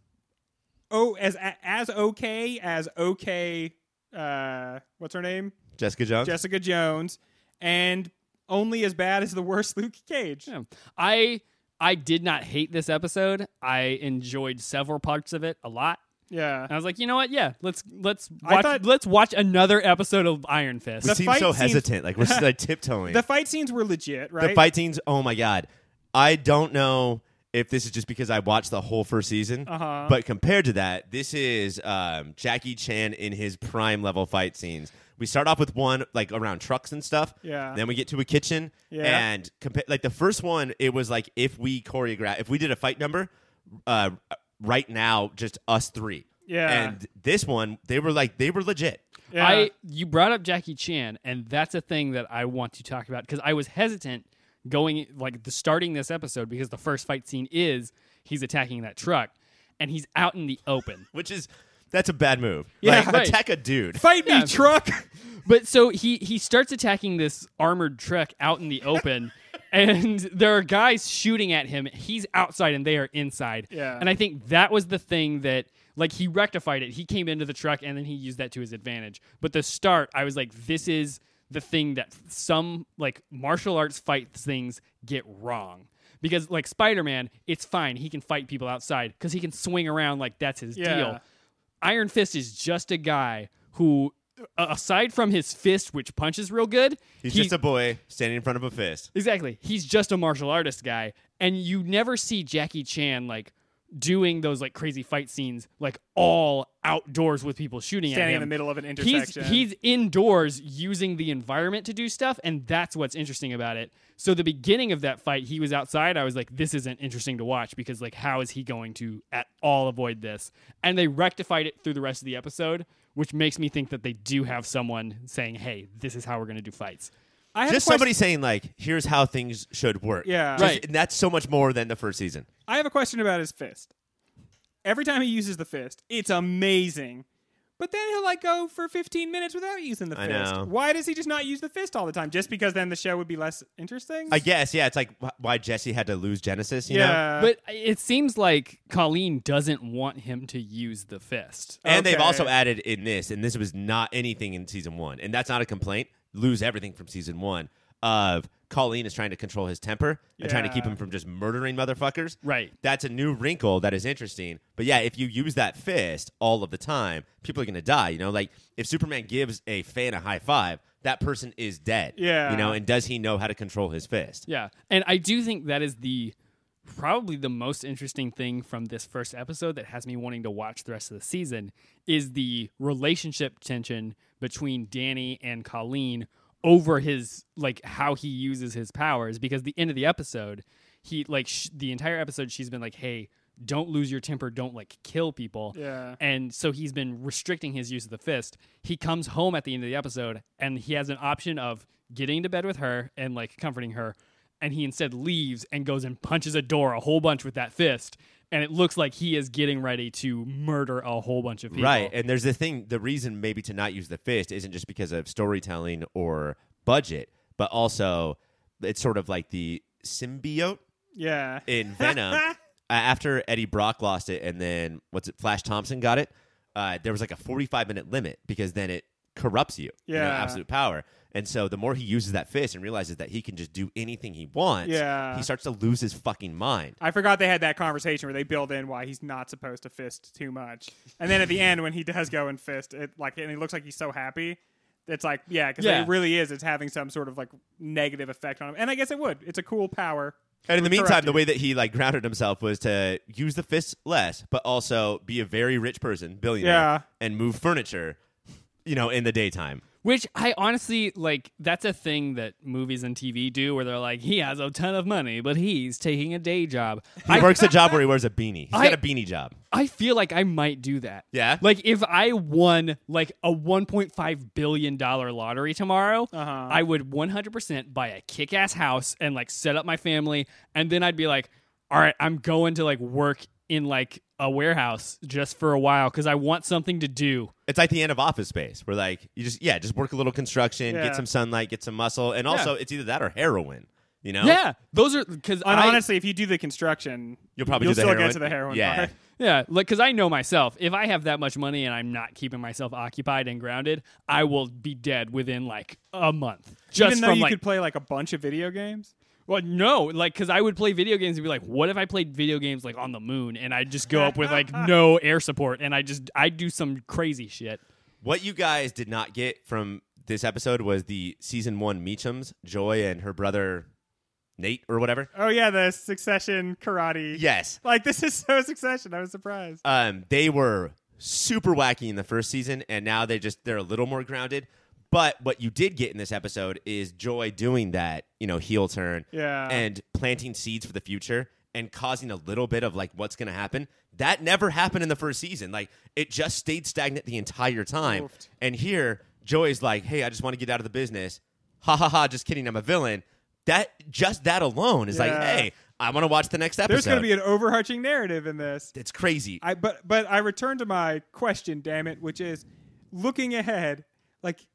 Speaker 2: oh as as okay as okay. Uh, what's her name?
Speaker 3: Jessica Jones.
Speaker 2: Jessica Jones, and only as bad as the worst Luke Cage.
Speaker 1: Yeah. I I did not hate this episode. I enjoyed several parts of it a lot.
Speaker 2: Yeah.
Speaker 1: And I was like, you know what? Yeah, let's let's
Speaker 2: I
Speaker 1: watch
Speaker 2: thought-
Speaker 1: let's watch another episode of Iron Fist.
Speaker 3: we
Speaker 2: The
Speaker 3: seem
Speaker 2: fight
Speaker 3: so
Speaker 2: scenes-
Speaker 3: hesitant. Like we're s- like tiptoeing.
Speaker 2: The fight scenes were legit, right?
Speaker 3: The fight scenes, oh my god. I don't know if this is just because I watched the whole first season,
Speaker 2: Uh-huh.
Speaker 3: but compared to that, this is um, Jackie Chan in his prime level fight scenes. We start off with one like around trucks and stuff.
Speaker 2: Yeah.
Speaker 3: Then we get to a kitchen.
Speaker 2: Yeah.
Speaker 3: And compa- like the first one, it was like if we choreograph, if we did a fight number, uh, right now just us three.
Speaker 2: Yeah.
Speaker 3: And this one, they were like they were legit.
Speaker 2: Yeah.
Speaker 1: I you brought up Jackie Chan, and that's a thing that I want to talk about because I was hesitant going like the starting this episode because the first fight scene is he's attacking that truck and he's out in the open.
Speaker 3: Which is that's a bad move.
Speaker 2: Yeah,
Speaker 3: like,
Speaker 1: right.
Speaker 3: attack a dude.
Speaker 2: fight me,
Speaker 1: Yeah.
Speaker 2: truck.
Speaker 1: But so he he starts attacking this armored truck out in the open, and there are guys shooting at him. He's outside and they are inside.
Speaker 2: Yeah.
Speaker 1: And I think that was the thing that like he rectified it. He came into the truck and then he used that to his advantage. But the start, I was like, this is the thing that some like martial arts fight things get wrong. Because like Spider Man, it's fine. He can fight people outside because he can swing around like that's his
Speaker 2: Yeah.
Speaker 1: deal. Iron Fist is just a guy who, a- aside from his fist, which punches real good,
Speaker 3: He's just a boy standing in front of a fist.
Speaker 1: exactly. He's just a martial artist guy, and you never see Jackie Chan like doing those like crazy fight scenes like all outdoors with people shooting at him.
Speaker 2: Standing in the middle of an
Speaker 1: He's,
Speaker 2: intersection.
Speaker 1: he's indoors using the environment to do stuff, and that's what's interesting about it. So the beginning of that fight, he was outside. I was like, this isn't interesting to watch because like, how is he going to at all avoid this? And they rectified it through the rest of the episode, which makes me think that they do have someone saying, hey, this is how we're going to do fights.
Speaker 2: I have a
Speaker 3: just
Speaker 2: question-
Speaker 3: somebody saying like, "Here's how things should work."
Speaker 2: Yeah.
Speaker 3: Just-
Speaker 1: Right.
Speaker 3: And that's so much more than the first season.
Speaker 2: I have a question about his fist. Every time he uses the fist, it's amazing. But then he'll like go for 15 minutes without using the
Speaker 3: I
Speaker 2: fist.
Speaker 3: know.
Speaker 2: Why does he just not use the fist all the time? Just because then the show would be less interesting?
Speaker 3: I guess. Yeah. It's like wh- why Jesse had to lose Genesis. You Know?
Speaker 2: yeah.
Speaker 1: but it seems like Colleen doesn't want him to use the fist.
Speaker 3: And they've
Speaker 2: Okay.
Speaker 3: also added in this, and this was not anything in season one, and that's not a complaint. Lose everything from season one of Colleen is trying to control his temper and trying to keep
Speaker 2: Yeah.
Speaker 3: him from just murdering motherfuckers.
Speaker 1: Right.
Speaker 3: That's a new wrinkle that is interesting. But yeah, if you use that fist all of the time, people are going to die. You know, like if Superman gives a fan a high five, that person is dead.
Speaker 2: Yeah.
Speaker 3: You know, and does he know how to control his fist?
Speaker 1: Yeah. And I do think that is the probably the most interesting thing from this first episode that has me wanting to watch the rest of the season is the relationship tension between Danny and Colleen over his like how he uses his powers because the end of the episode he like sh- the entire episode she's been like hey don't lose your temper don't like kill people
Speaker 2: Yeah.
Speaker 1: and so he's been restricting his use of the fist. He comes home at the end of the episode and he has an option of getting to bed with her and like comforting her. And he instead leaves and goes and punches a door a whole bunch with that fist. And it looks like he is getting ready to murder a whole bunch of people.
Speaker 3: Right. And there's the thing the reason maybe to not use the fist isn't just because of storytelling or budget, but also it's sort of like the symbiote
Speaker 2: Yeah.
Speaker 3: in Venom. uh, after Eddie Brock lost it and then what's it, Flash Thompson got it, uh, there was like a 45 minute limit because then it corrupts you. you know,
Speaker 2: Yeah.
Speaker 3: absolute power. And so the more he uses that fist and realizes that he can just do anything he wants,
Speaker 2: Yeah.
Speaker 3: he starts to lose his fucking mind.
Speaker 2: I forgot they had that conversation where they build in why he's not supposed to fist too much, and then at the end when he does go and fist, it like and he looks like he's so happy. It's like yeah, because
Speaker 1: Yeah.
Speaker 2: it really is. It's having some sort of like negative effect on him, and I guess it would. It's a cool power.
Speaker 3: And in the
Speaker 2: Correct
Speaker 3: meantime, the
Speaker 2: you.
Speaker 3: way that he like grounded himself was to use the fists less, but also be a very rich person, billionaire,
Speaker 2: Yeah.
Speaker 3: and move furniture, you know, in the daytime.
Speaker 1: Which I honestly like. That's a thing that movies and TV do, where they're like, he has a ton of money, but he's taking a day job.
Speaker 3: He works a job where he wears a beanie. He's
Speaker 1: I-
Speaker 3: got a beanie job.
Speaker 1: I feel like I might do that.
Speaker 3: Yeah?
Speaker 1: Like if I won like a 1.5 billion dollar lottery tomorrow,
Speaker 2: Uh-huh.
Speaker 1: I would 100% buy a kick-ass house and like set up my family and then I'd be like, "All right, I'm going to like work in like a warehouse just for a while cuz I want something to do."
Speaker 3: It's like the end of Office Space, where like you just yeah, just work a little construction,
Speaker 2: Yeah.
Speaker 3: get some sunlight, get some muscle, and also it's either that or heroin. You know,
Speaker 1: Yeah, those are cuz
Speaker 2: And
Speaker 1: I
Speaker 2: honestly, if you do the construction,
Speaker 3: You'll probably do the
Speaker 2: still
Speaker 3: heroin.
Speaker 2: get to the heroin
Speaker 3: Yeah.
Speaker 2: part.
Speaker 1: yeah, like cuz I know myself. If I have that much money and I'm not keeping myself occupied and grounded, I will be dead within like a month. Just
Speaker 2: Even though
Speaker 1: from
Speaker 2: you
Speaker 1: like
Speaker 2: could play like a bunch of video games.
Speaker 1: Well, no, like because I would play video games and be like, "What if I played video games like on the moon?" And I'd just go up with like no air support, and I just I'd do some crazy shit.
Speaker 3: What you guys did not get from this episode was the season one Meachums, Joy and her brother Nate or whatever.
Speaker 2: Oh yeah, the Succession karate.
Speaker 3: Yes,
Speaker 2: Like this is so Succession. I was surprised.
Speaker 3: um, they were super wacky in the first season, and now they just they're a little more grounded. But what you did get in this episode is Joy doing that, you know, heel turn,
Speaker 2: Yeah.
Speaker 3: and planting seeds for the future and causing a little bit of like what's going to happen. That never happened in the first season. Like it just stayed stagnant the entire time.
Speaker 2: Oofed.
Speaker 3: And here, Joy's like, "Hey, I just want to get out of the business." Ha ha ha! Just kidding. I'm a villain. That just that alone is like,
Speaker 2: Yeah.
Speaker 3: hey, I want to watch the next episode.
Speaker 2: There's going to be an overarching narrative in this.
Speaker 3: it's crazy.
Speaker 2: I but but I return to my question, damn it, which is looking ahead, like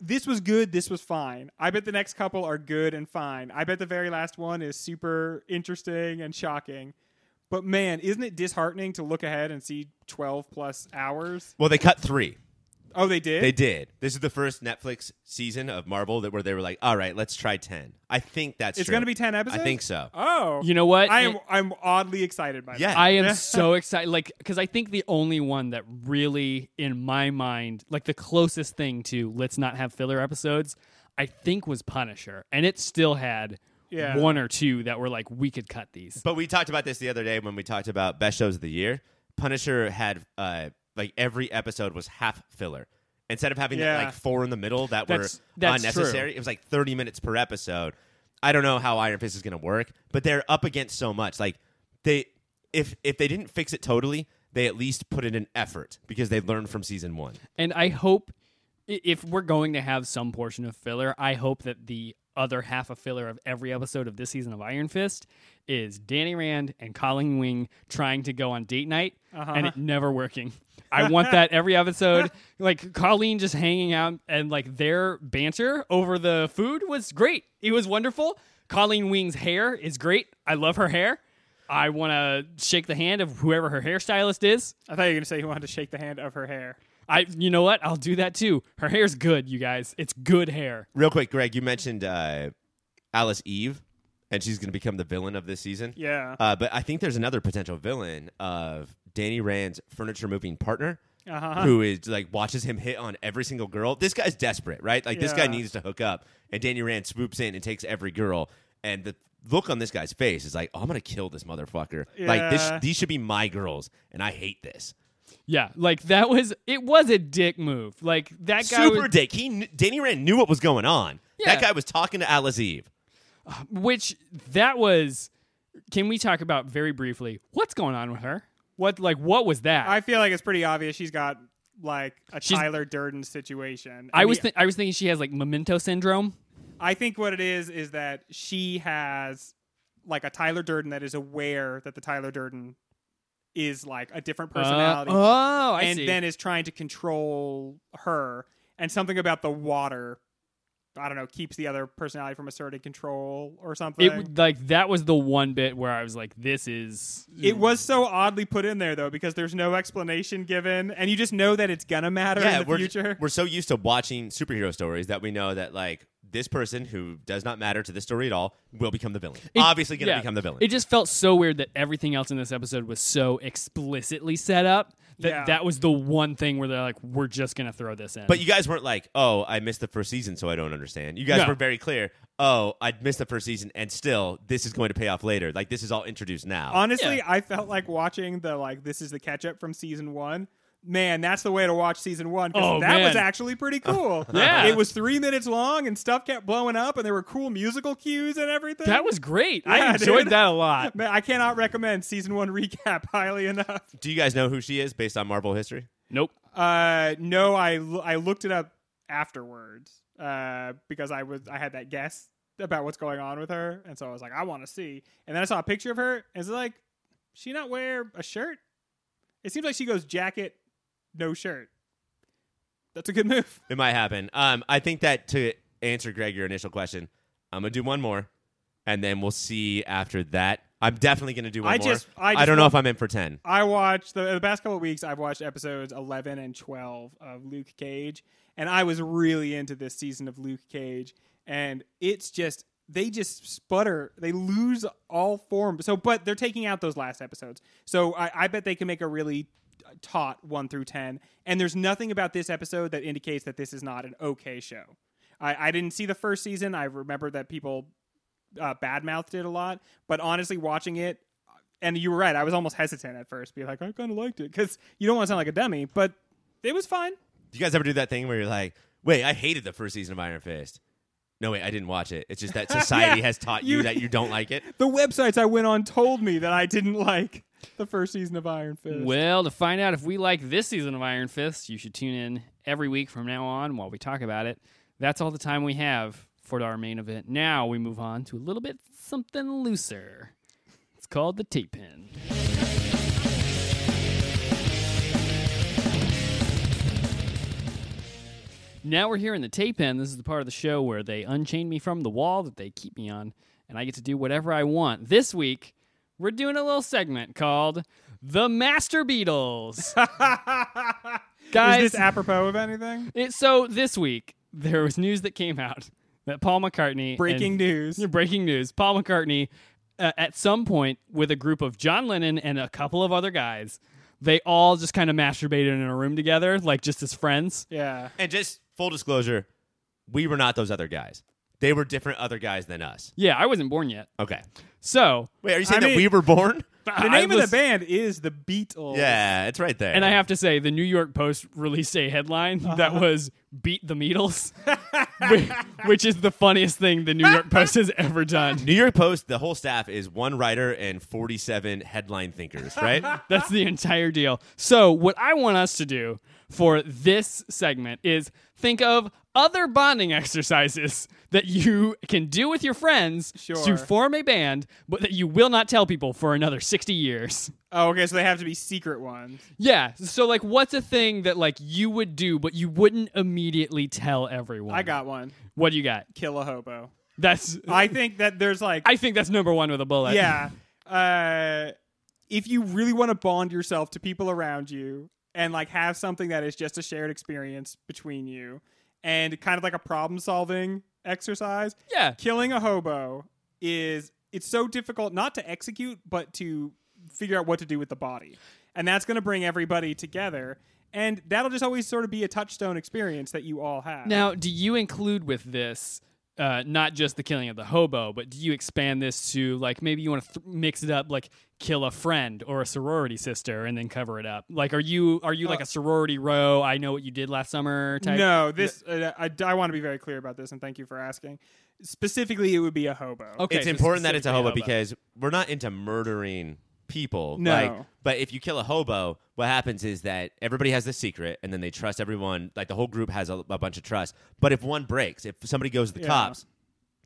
Speaker 2: this was good, this was fine. I bet the next couple are good and fine. I bet the very last one is super interesting and shocking. But man, isn't it disheartening to look ahead and see 12 plus hours?
Speaker 3: well, they cut three.
Speaker 2: Oh, they did?
Speaker 3: They did. This is the first Netflix season of Marvel that where they were like, "All right, let's try 10." I think that's
Speaker 2: It's
Speaker 3: true.
Speaker 2: gonna be 10 episodes?
Speaker 3: I think so.
Speaker 2: Oh.
Speaker 1: You know what?
Speaker 2: I am I'm oddly excited by
Speaker 3: Yeah.
Speaker 2: that.
Speaker 1: I am so excited, like because I think the only one that really, in my mind, like the closest thing to let's not have filler episodes, I think was Punisher, and it still had
Speaker 2: Yeah.
Speaker 1: one or two that were like we could cut these.
Speaker 3: But we talked about this the other day when we talked about best shows of the year. Punisher had uh like every episode was half filler. Instead of having
Speaker 2: Yeah.
Speaker 3: like four in the middle that
Speaker 1: That's-
Speaker 3: were
Speaker 1: that's
Speaker 3: unnecessary, it was like 30 minutes per episode. I don't know how Iron Fist is going to work, but they're up against so much. Like they if if they didn't fix it totally, they at least put in an effort because they learned from season 1.
Speaker 1: And I hope i- if we're going to have some portion of filler, I hope that the other half of filler of every episode of this season of Iron Fist is Danny Rand and Colin Wing trying to go on date night and it never working. I want that every episode. Like Colleen just hanging out and like their banter over the food was great. It was wonderful. Colleen Wing's hair is great. I love her hair. I want to shake the hand of whoever her hairstylist is.
Speaker 2: I thought you were going to say you wanted to shake the hand of her hair.
Speaker 1: I you know what? I'll do that too. Her hair's good, you guys. It's good hair.
Speaker 3: Real quick, Greg, you mentioned uh, Alice Eve, and she's going to become the villain of this season.
Speaker 2: Yeah.
Speaker 3: Uh, but I think there's another potential villain of Danny Rand's furniture moving partner,
Speaker 2: Uh-huh.
Speaker 3: who is like watches him hit on every single girl. This guy's desperate, right? Like this guy
Speaker 2: Yeah.
Speaker 3: needs to hook up, and Danny Rand swoops in and takes every girl. And the look on this guy's face is like, oh, I'm gonna kill this motherfucker. Like this,
Speaker 2: Yeah.
Speaker 3: these should be my girls, and I hate this.
Speaker 1: Yeah, like that was it was a dick move. Like that guy
Speaker 3: Super
Speaker 1: was,
Speaker 3: dick. He kn- Danny Rand knew what was going on.
Speaker 1: Yeah.
Speaker 3: That guy was talking to Alizeev.
Speaker 1: which that was can we talk about very briefly what's going on with her? What like what was that?
Speaker 2: I feel like it's pretty obvious she's got like a
Speaker 1: She's-
Speaker 2: Tyler Durden situation.
Speaker 1: I
Speaker 2: And
Speaker 1: was
Speaker 2: the-
Speaker 1: thi- I was thinking she has like memento syndrome.
Speaker 2: I think what it is is that she has like a Tyler Durden that is aware that the Tyler Durden is like a different
Speaker 1: Uh,
Speaker 2: personality.
Speaker 1: oh, I
Speaker 2: and
Speaker 1: see.
Speaker 2: then is trying to control her and something about the water i don't know keeps the other personality from asserting control or something
Speaker 1: it
Speaker 2: it,
Speaker 1: w- like that was the one bit where I was like, this is
Speaker 2: was so oddly put in there though because there's no explanation given and you just know that it's gonna matter in the
Speaker 3: we're,
Speaker 2: future
Speaker 3: we're so used to watching superhero stories that we know that like this person who does not matter to this story at all will become the villain.
Speaker 1: It-
Speaker 3: Obviously, gonna
Speaker 1: yeah.
Speaker 3: become the villain.
Speaker 1: It just felt so weird that everything else in this episode was so explicitly set up that
Speaker 2: Yeah.
Speaker 1: that was the one thing where they're like, we're just gonna throw this in.
Speaker 3: But you guys weren't like, oh, I missed the first season, so I don't understand. You guys
Speaker 1: No.
Speaker 3: were very clear. Oh, I missed the first season, and still, this is going to pay off later. Like this is all introduced now.
Speaker 2: honestly
Speaker 1: Yeah.
Speaker 2: i felt like watching the like this is the catch up from season one man that's the way to watch season one because
Speaker 1: Oh,
Speaker 2: that was
Speaker 1: man.
Speaker 2: actually pretty cool
Speaker 1: Yeah.
Speaker 2: it was three minutes long and stuff kept blowing up and there were cool musical cues and everything
Speaker 1: that was great. I
Speaker 2: Yeah,
Speaker 1: enjoyed
Speaker 2: dude.
Speaker 1: that a lot.
Speaker 2: Man, I cannot recommend season one recap highly enough.
Speaker 3: Do you guys know who she is based on Marvel history?
Speaker 1: Nope.
Speaker 2: Uh, no, I l- I looked it up afterwards uh, because I was I had that guess about what's going on with her, and so I was like, I want to see. And then I saw a picture of her, and it's like, she not wear a shirt. It seems like she goes jacket, no shirt. That's a good move.
Speaker 3: It might happen. Um, I think that to answer Greg your initial question, I'm gonna do one more, and then we'll see after that. I'm definitely gonna do one
Speaker 2: I
Speaker 3: more.
Speaker 2: just- I just
Speaker 3: don't know
Speaker 2: want-
Speaker 3: if I'm in for ten.
Speaker 2: I watched the, the past couple of weeks. I've watched episodes eleven and twelve of Luke Cage, and I was really into this season of Luke Cage. And it's just they just sputter, they lose all form. So, but they're taking out those last episodes. So I, I bet they can make a really uh, taut one through ten. And there's nothing about this episode that indicates that this is not an okay show. I, I didn't see the first season. I remember that people uh, badmouthed it a lot, but honestly, watching it, and you were right, I was almost hesitant at first, be like, I kind of liked it because you don't want to sound like a dummy, but it was fine.
Speaker 3: Do you guys ever do that thing where you're like, wait, I hated the first season of Iron Fist. No, wait, I didn't watch it. It's just that society
Speaker 2: Yeah.
Speaker 3: has taught you,
Speaker 2: You-
Speaker 3: that you don't like it.
Speaker 2: The websites I went on told me that I didn't like the first season of Iron Fist.
Speaker 1: Well, to find out if we like this season of Iron Fist, you should tune in every week from now on while we talk about it. That's all the time we have for our main event. Now we move on to a little bit something looser. It's called the tape end. Now we're here in the tape end. This is the part of the show where they unchain me from the wall that they keep me on, and I get to do whatever I want. This week, we're doing a little segment called The Master Beatles. Guys,
Speaker 2: is this apropos of anything?
Speaker 1: it- so this week, there was news that came out that Paul McCartney.
Speaker 2: Breaking
Speaker 1: and-
Speaker 2: news.
Speaker 1: Breaking news. Paul McCartney, uh, at some point, with a group of John Lennon and a couple of other guys, they all just kind of masturbated in a room together, like just as friends.
Speaker 2: Yeah.
Speaker 3: And just full disclosure, we were not those other guys. They were different other guys than us.
Speaker 1: Yeah, I wasn't born yet.
Speaker 3: Okay.
Speaker 1: So
Speaker 3: Wait, are you saying
Speaker 2: I
Speaker 3: that
Speaker 2: mean-
Speaker 3: we were born?
Speaker 2: The name of the band is the Beatles.
Speaker 3: Yeah, it's right there.
Speaker 1: And I have to say, the New York Post released a headline
Speaker 2: Uh-huh.
Speaker 1: that was "Beat the Beatles," whi- which is the funniest thing the New York Post has ever done.
Speaker 3: New York Post, the whole staff is one writer and 47 headline thinkers, right?
Speaker 1: That's the entire deal. So, what I want us to do for this segment is think of other bonding exercises that you can do with your friends to
Speaker 2: Sure.
Speaker 1: form a band, but that you will not tell people for another 60 years.
Speaker 2: Oh, okay. So they have to be secret ones.
Speaker 1: Yeah. So, like, what's a thing that, like, you would do, but you wouldn't immediately tell everyone?
Speaker 2: I got one.
Speaker 1: What do you got?
Speaker 2: Kill a hobo.
Speaker 1: That's. I,
Speaker 2: I think that there's like
Speaker 1: think that's number one with a bullet.
Speaker 2: yeah. Uh, if you really want to bond yourself to people around you and like have something that is just a shared experience between you and kind of like a problem solving exercise,
Speaker 1: Yeah.
Speaker 2: killing a hobo is it's so difficult not to execute but to figure out what to do with the body. And that's going to bring everybody together and that'll just always sort of be a touchstone experience that you all have.
Speaker 1: Now, do you include with this uh, not just the killing of the hobo, but do you expand this to like maybe you want to th- mix it up, like kill a friend or a sorority sister, and then cover it up? Like, are you are you like
Speaker 2: Uh,
Speaker 1: a sorority row? I know what you did last summer. Type?
Speaker 2: No, this uh, I, I want to be very clear about this, and thank you for asking. Specifically, it would be a hobo.
Speaker 1: Okay.
Speaker 3: it's
Speaker 1: so
Speaker 3: important that it's a hobo
Speaker 1: specifically
Speaker 3: because we're not into murdering people.
Speaker 2: No.
Speaker 3: Like, but if you kill a hobo, what happens is that everybody has the secret and then they trust everyone. Like the whole group has a, a bunch of trust. But if one breaks, if somebody goes to the
Speaker 2: Yeah.
Speaker 3: cops,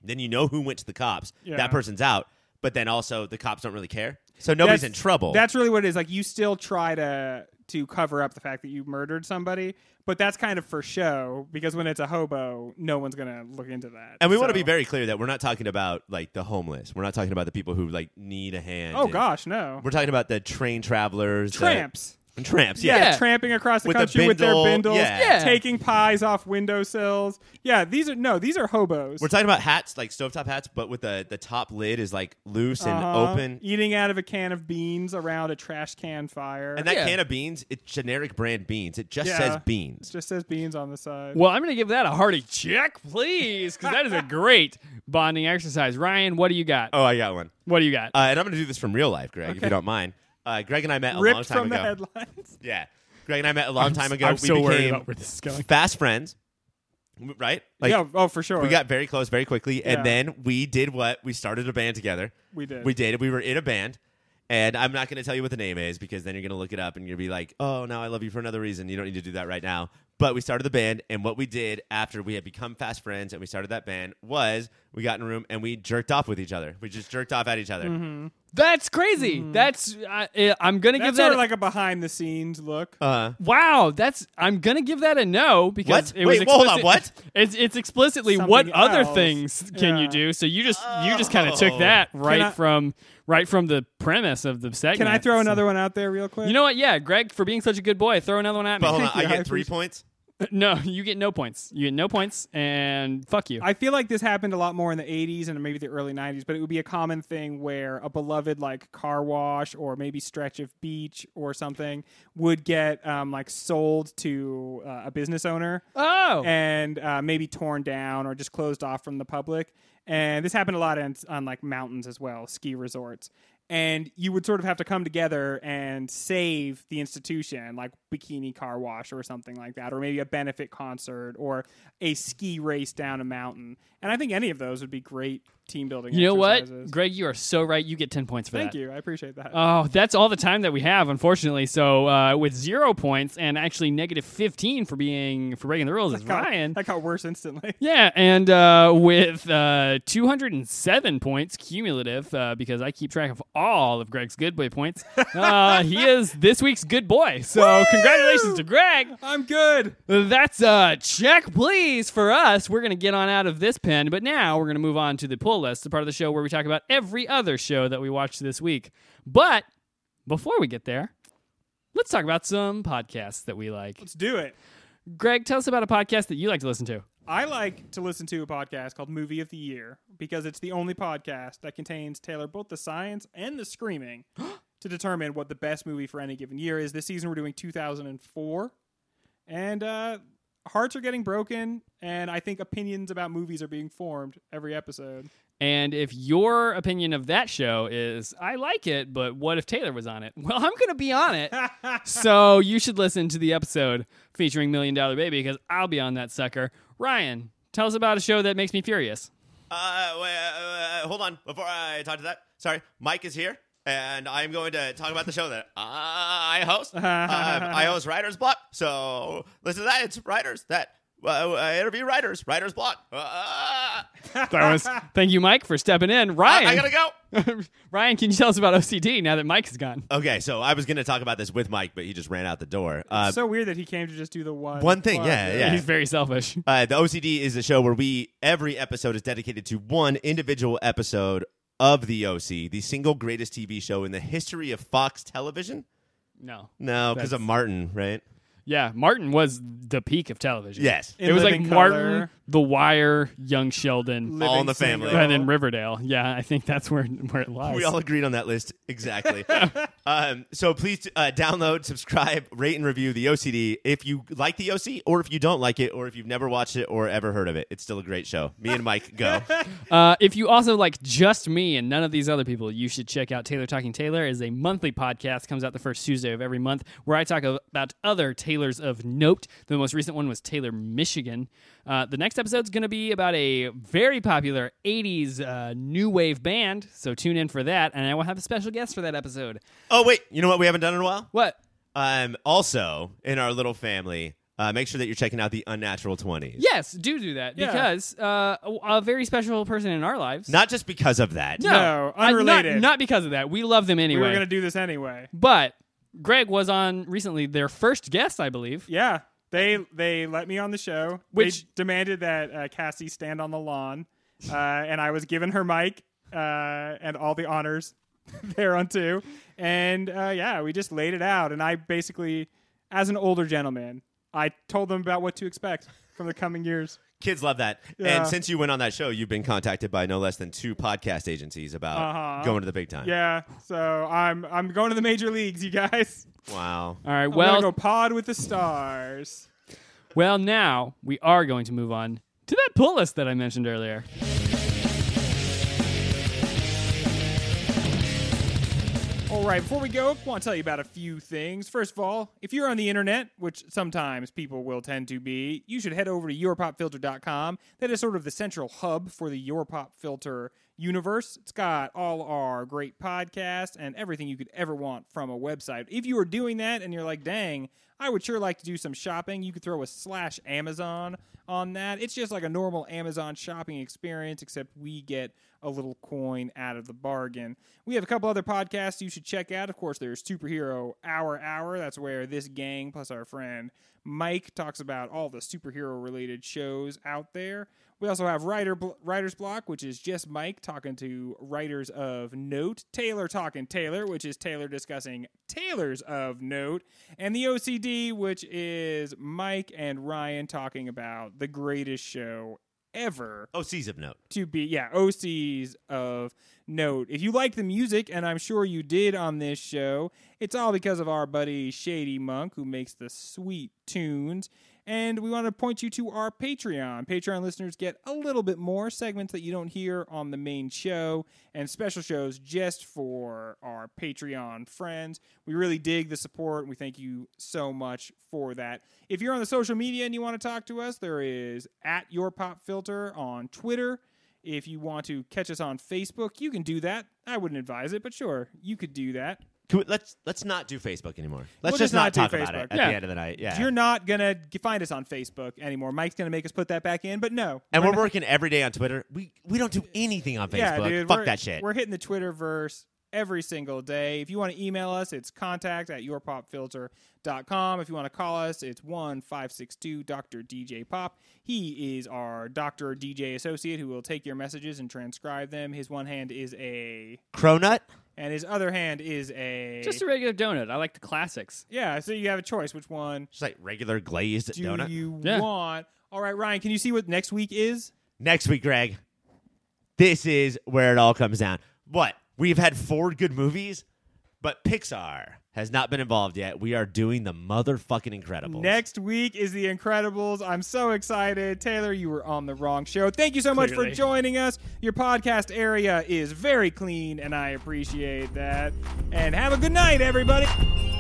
Speaker 3: then you know who went to the cops.
Speaker 2: Yeah.
Speaker 3: That person's out. But then also the cops don't really care. So nobody's in
Speaker 2: That's-
Speaker 3: trouble.
Speaker 2: That's really what it is. Like you still try to to cover up the fact that you murdered somebody, but that's kind of for show because when it's a hobo, no one's gonna look into that.
Speaker 3: and we want
Speaker 2: So-
Speaker 3: to be very clear that we're not talking about like the homeless. We're not talking about the people who like need a hand.
Speaker 2: Oh
Speaker 3: and-
Speaker 2: gosh, no.
Speaker 3: We're talking about the train travelers, the-
Speaker 2: Tramps.
Speaker 3: and tramps.
Speaker 2: Yeah,
Speaker 3: Yeah,
Speaker 1: Yeah.
Speaker 2: tramping across the
Speaker 3: With the
Speaker 2: country with their
Speaker 3: bindle,
Speaker 2: bindles,
Speaker 3: yeah.
Speaker 1: Yeah.
Speaker 2: taking pies off windowsills. Yeah, these are no, these are hobos.
Speaker 3: We're talking about hats, like stovetop hats, but with the the top lid is like loose and
Speaker 2: Uh-huh.
Speaker 3: open.
Speaker 2: Eating out of a can of beans around a trash can fire.
Speaker 3: And that
Speaker 1: Yeah.
Speaker 3: can of beans, it's generic brand beans. It just
Speaker 2: Yeah.
Speaker 3: says
Speaker 2: It
Speaker 3: beans.
Speaker 2: just says beans on the side.
Speaker 1: Well, I'm going to give that a hearty check, please, because that is a great bonding exercise. Ryan, what do you got?
Speaker 3: Oh, I got one.
Speaker 1: What do you got?
Speaker 3: Uh, and I'm going to do this from real life, Greg, if
Speaker 2: Okay.
Speaker 3: you don't mind. Uh, Greg and I met a long
Speaker 2: Ripped
Speaker 3: time
Speaker 2: from
Speaker 3: ago.
Speaker 2: the headlines.
Speaker 3: Yeah, Greg and I met a long time ago.
Speaker 1: I'm
Speaker 3: we
Speaker 1: so worried
Speaker 3: became
Speaker 1: about where this is going.
Speaker 3: fast friends, M- right? Like
Speaker 2: yeah, oh for sure.
Speaker 3: we got very close very quickly,
Speaker 2: Yeah.
Speaker 3: and then we did what? We started a band together.
Speaker 2: We did.
Speaker 3: We did. We were in a band. And I'm not going to tell you what the name is because then you're going to look it up and you're going to be like, oh, now I love you for another reason. You don't need to do that right now. But we started the band. And what we did after we had become fast friends and we started that band was we got in a room and we jerked off with each other. We just jerked off at each other.
Speaker 1: That's crazy. That's I, I- I'm going to give
Speaker 2: Mm-hmm. That's
Speaker 1: that
Speaker 2: sort
Speaker 1: a-
Speaker 2: of like a behind the scenes look.
Speaker 3: Uh,
Speaker 1: Wow, that's I'm gonna give that a no because
Speaker 3: What?
Speaker 1: it was
Speaker 3: Wait, hold on,
Speaker 1: explicit-
Speaker 3: what?
Speaker 1: It's it's explicitly
Speaker 2: Something
Speaker 1: what other
Speaker 2: else.
Speaker 1: things can you
Speaker 2: Yeah.
Speaker 1: do. So you just you just kind of took
Speaker 3: Oh.
Speaker 1: that right
Speaker 2: I-
Speaker 1: from right from the premise of the segment.
Speaker 2: Can I throw
Speaker 1: So-
Speaker 2: another one out there real quick?
Speaker 1: You know what? Yeah, Greg, for being such a good boy, throw another one at me.
Speaker 3: but hold on, I
Speaker 2: you. I
Speaker 3: get three
Speaker 2: appreciate-
Speaker 3: points.
Speaker 1: no, you get no points. You get no points, and fuck you.
Speaker 2: I feel like this happened a lot more in the 80s and maybe the early 90s, but it would be a common thing where a beloved like car wash or maybe stretch of beach or something would get um, like sold to uh, a business owner
Speaker 1: oh,
Speaker 2: and uh, maybe torn down or just closed off from the public. And this happened a lot in, on like mountains as well, ski resorts. And you would sort of have to come together and save the institution, like bikini car wash or something like that, or maybe a benefit concert or a ski race down a mountain. And I think any of those would be great team building.
Speaker 1: you know what,
Speaker 2: exercises.
Speaker 1: Greg, you are so right. You get ten points for
Speaker 2: Thank
Speaker 1: that.
Speaker 2: you. I appreciate that.
Speaker 1: Oh, that's all the time that we have, unfortunately. So uh, with zero points and actually negative fifteen for being for breaking the rules is
Speaker 2: That got-
Speaker 1: Ryan.
Speaker 2: that got worse instantly.
Speaker 1: Yeah, and uh, with uh, 207 points cumulative, uh, because I keep track of all of Greg's good boy points, uh, he is this week's good boy. So congratulations to Greg.
Speaker 2: I'm good.
Speaker 1: That's a check, please, for us. We're going to get on out of this pen, but now we're going to move on to the pull list, the part of the show where we talk about every other show that we watched this week. But before we get there, let's talk about some podcasts that we like.
Speaker 2: Let's do it.
Speaker 1: Greg, tell us about a podcast that you like to listen to.
Speaker 2: I like to listen to a podcast called Movie of the Year because it's the only podcast that contains Taylor both the science and the screaming to determine what the best movie for any given year is. This season we're doing 2004, and uh, hearts are getting broken, and I think opinions about movies are being formed every episode.
Speaker 1: And if your opinion of that show is, I like it, but what if Taylor was on it? Well, I'm going to be on it. so you should listen to the episode featuring Million Dollar Baby because I'll be on that sucker. Ryan, tell us about a show that makes me furious.
Speaker 3: Uh, wait, uh, uh, hold on. Before I talk to that, sorry, Mike is here, and I'm going to talk about the show that I host. Um, I host Writer's Block. So listen to that. It's writers that uh, I interview writers. Writer's Block. Uh, I,
Speaker 1: Thank you, Mike, for stepping in. Ryan,
Speaker 3: I gotta go.
Speaker 1: Ryan, can you tell us about OCD now that Mike is gone?
Speaker 3: Okay, so I was going to talk about this with Mike, but he just ran out the door. Uh,
Speaker 2: so weird that he came to just do the one.
Speaker 3: One thing,
Speaker 2: plug.
Speaker 3: yeah, yeah.
Speaker 1: He's very selfish.
Speaker 3: uh, the OCD is a show where we every episode is dedicated to one individual episode of the OC, the single greatest TV show in the history of Fox Television.
Speaker 1: No.
Speaker 3: No, because
Speaker 1: That's-
Speaker 3: of Martin, right?
Speaker 1: Yeah, Martin was the peak of television.
Speaker 3: Yes.
Speaker 1: it
Speaker 2: In
Speaker 1: was like
Speaker 2: Living
Speaker 1: Martin,
Speaker 2: Colour.
Speaker 1: The Wire, Young Sheldon,
Speaker 2: Living
Speaker 3: in the family.
Speaker 2: Single.
Speaker 1: and then Riverdale. Yeah, I think that's where where it lies.
Speaker 3: We all agreed on that list exactly. um, so please uh, download, subscribe, rate, and review the OCD if you like the OC, or if you don't like it, or if you've never watched it or ever heard of it. It's still a great show. Me and Mike go.
Speaker 1: Uh, if you also like just me and none of these other people, you should check out Taylor Talking Taylor is a monthly podcast comes out the first Tuesday of every month where I talk about other Taylors of note. The most recent one was Taylor Michigan. Uh, the next episode's going to be about a very popular 80s uh, new wave band, so tune in for that and I will have a special guest for that episode.
Speaker 3: oh wait, you know what we haven't done in a while?
Speaker 1: What?
Speaker 3: Um, also in our little family, uh, make sure that you're checking out the Unnatural Twenties.
Speaker 1: Yes, do do that
Speaker 2: Yeah.
Speaker 1: because uh, a a very special person in our lives.
Speaker 3: Not just because of that.
Speaker 2: No,
Speaker 1: I- not-
Speaker 2: unrelated.
Speaker 1: Not, because of that. We love them
Speaker 2: We
Speaker 1: anyway.
Speaker 2: were going to do this anyway.
Speaker 1: But Greg was on recently their first guest, I believe.
Speaker 2: Yeah. They they let me on the show.
Speaker 1: Which-
Speaker 2: they demanded that uh, Cassie stand on the lawn, uh, and I was given her mic uh, and all the honors thereunto. And uh, yeah, we just laid it out. And I basically, as an older gentleman, I told them about what to expect from the coming years.
Speaker 3: Kids love that.
Speaker 2: Yeah.
Speaker 3: And since you went on that show, you've been contacted by no less than two podcast agencies about
Speaker 2: Uh-huh.
Speaker 3: going to the big time.
Speaker 2: Yeah, so I'm I'm going to the major leagues, you guys.
Speaker 3: Wow.
Speaker 1: All right.
Speaker 2: I'm well,
Speaker 1: Well,
Speaker 2: gonna go pod with the stars.
Speaker 1: well, now we are going to move on to that pull list that I mentioned earlier.
Speaker 2: All right, before we go, I want to tell you about a few things. First of all, if you're on the internet, which sometimes people will tend to be, you should head over to yourpopfilter.com. That is sort of the central hub for the Your Pop Filter universe. It's got all our great podcasts and everything you could ever want from a website. If you are doing that and you're like, dang, I would sure like to do some shopping, you could throw a slash Amazon on that. It's just like a normal Amazon shopping experience, except we get a little coin out of the bargain. We have a couple other podcasts you should check out. Of course, there's Superhero Hour Hour. That's where this gang plus our friend Mike talks about all the superhero related shows out there. We also have Writer Bl- Writer's Block, which is just Mike talking to writers of note, Taylor talking Taylor, which is Taylor discussing Taylors of note, and the OCD, which is Mike and Ryan talking about the greatest show ever
Speaker 3: OCs Oh, of note.
Speaker 2: to be yeah OCs of note. If you like the music, and I'm sure you did on this show, it's all because of our buddy Shady Monk who makes the sweet tunes. And we want to point you to our Patreon. Patreon listeners get a little bit more segments that you don't hear on the main show and special shows just for our Patreon friends. We really dig the support and we thank you so much for that. If you're on the social media and you want to talk to us, there is at your pop filter on Twitter. If you want to catch us on Facebook, you can do that. I wouldn't advise it, but sure, you could do that.
Speaker 3: Can we, let's let's not do Facebook anymore. Let's
Speaker 2: We'll
Speaker 3: just
Speaker 2: just
Speaker 3: not,
Speaker 2: not do
Speaker 3: talk about it
Speaker 2: Facebook.
Speaker 3: at
Speaker 1: Yeah.
Speaker 3: the end of the night. Yeah.
Speaker 2: You're not going to find us on Facebook anymore. Mike's going to make us put that back in, but no.
Speaker 3: and we're working every day on Twitter. We we don't do anything on Facebook.
Speaker 2: Yeah, dude,
Speaker 3: Fuck
Speaker 2: we're-
Speaker 3: that shit.
Speaker 2: We're hitting the Twitterverse every single day. If you want to email us, it's contact at yourpopfilter.com. If you want to call us, it's 1 562 Dr. DJ Pop. He is our Dr. DJ associate who will take your messages and transcribe them. His one hand is a,
Speaker 3: Cronut.
Speaker 2: and his other hand is a.
Speaker 1: Just a regular donut. I like the classics.
Speaker 2: yeah, so you have a choice which one
Speaker 3: Just like regular glazed
Speaker 2: do
Speaker 3: donut.
Speaker 2: you
Speaker 1: Yeah.
Speaker 2: want. All right, Ryan, can you see what next week is?
Speaker 3: Next week, Greg. This is where it all comes down. What we've had four good movies, but Pixar has not been involved yet. We are doing the motherfucking incredible.
Speaker 2: Next week is The Incredibles. I'm so excited. Taylor, you were on the wrong show. Thank you so much
Speaker 1: Clearly.
Speaker 2: for joining us. Your podcast area is very clean, and I appreciate that. And have a good night, everybody.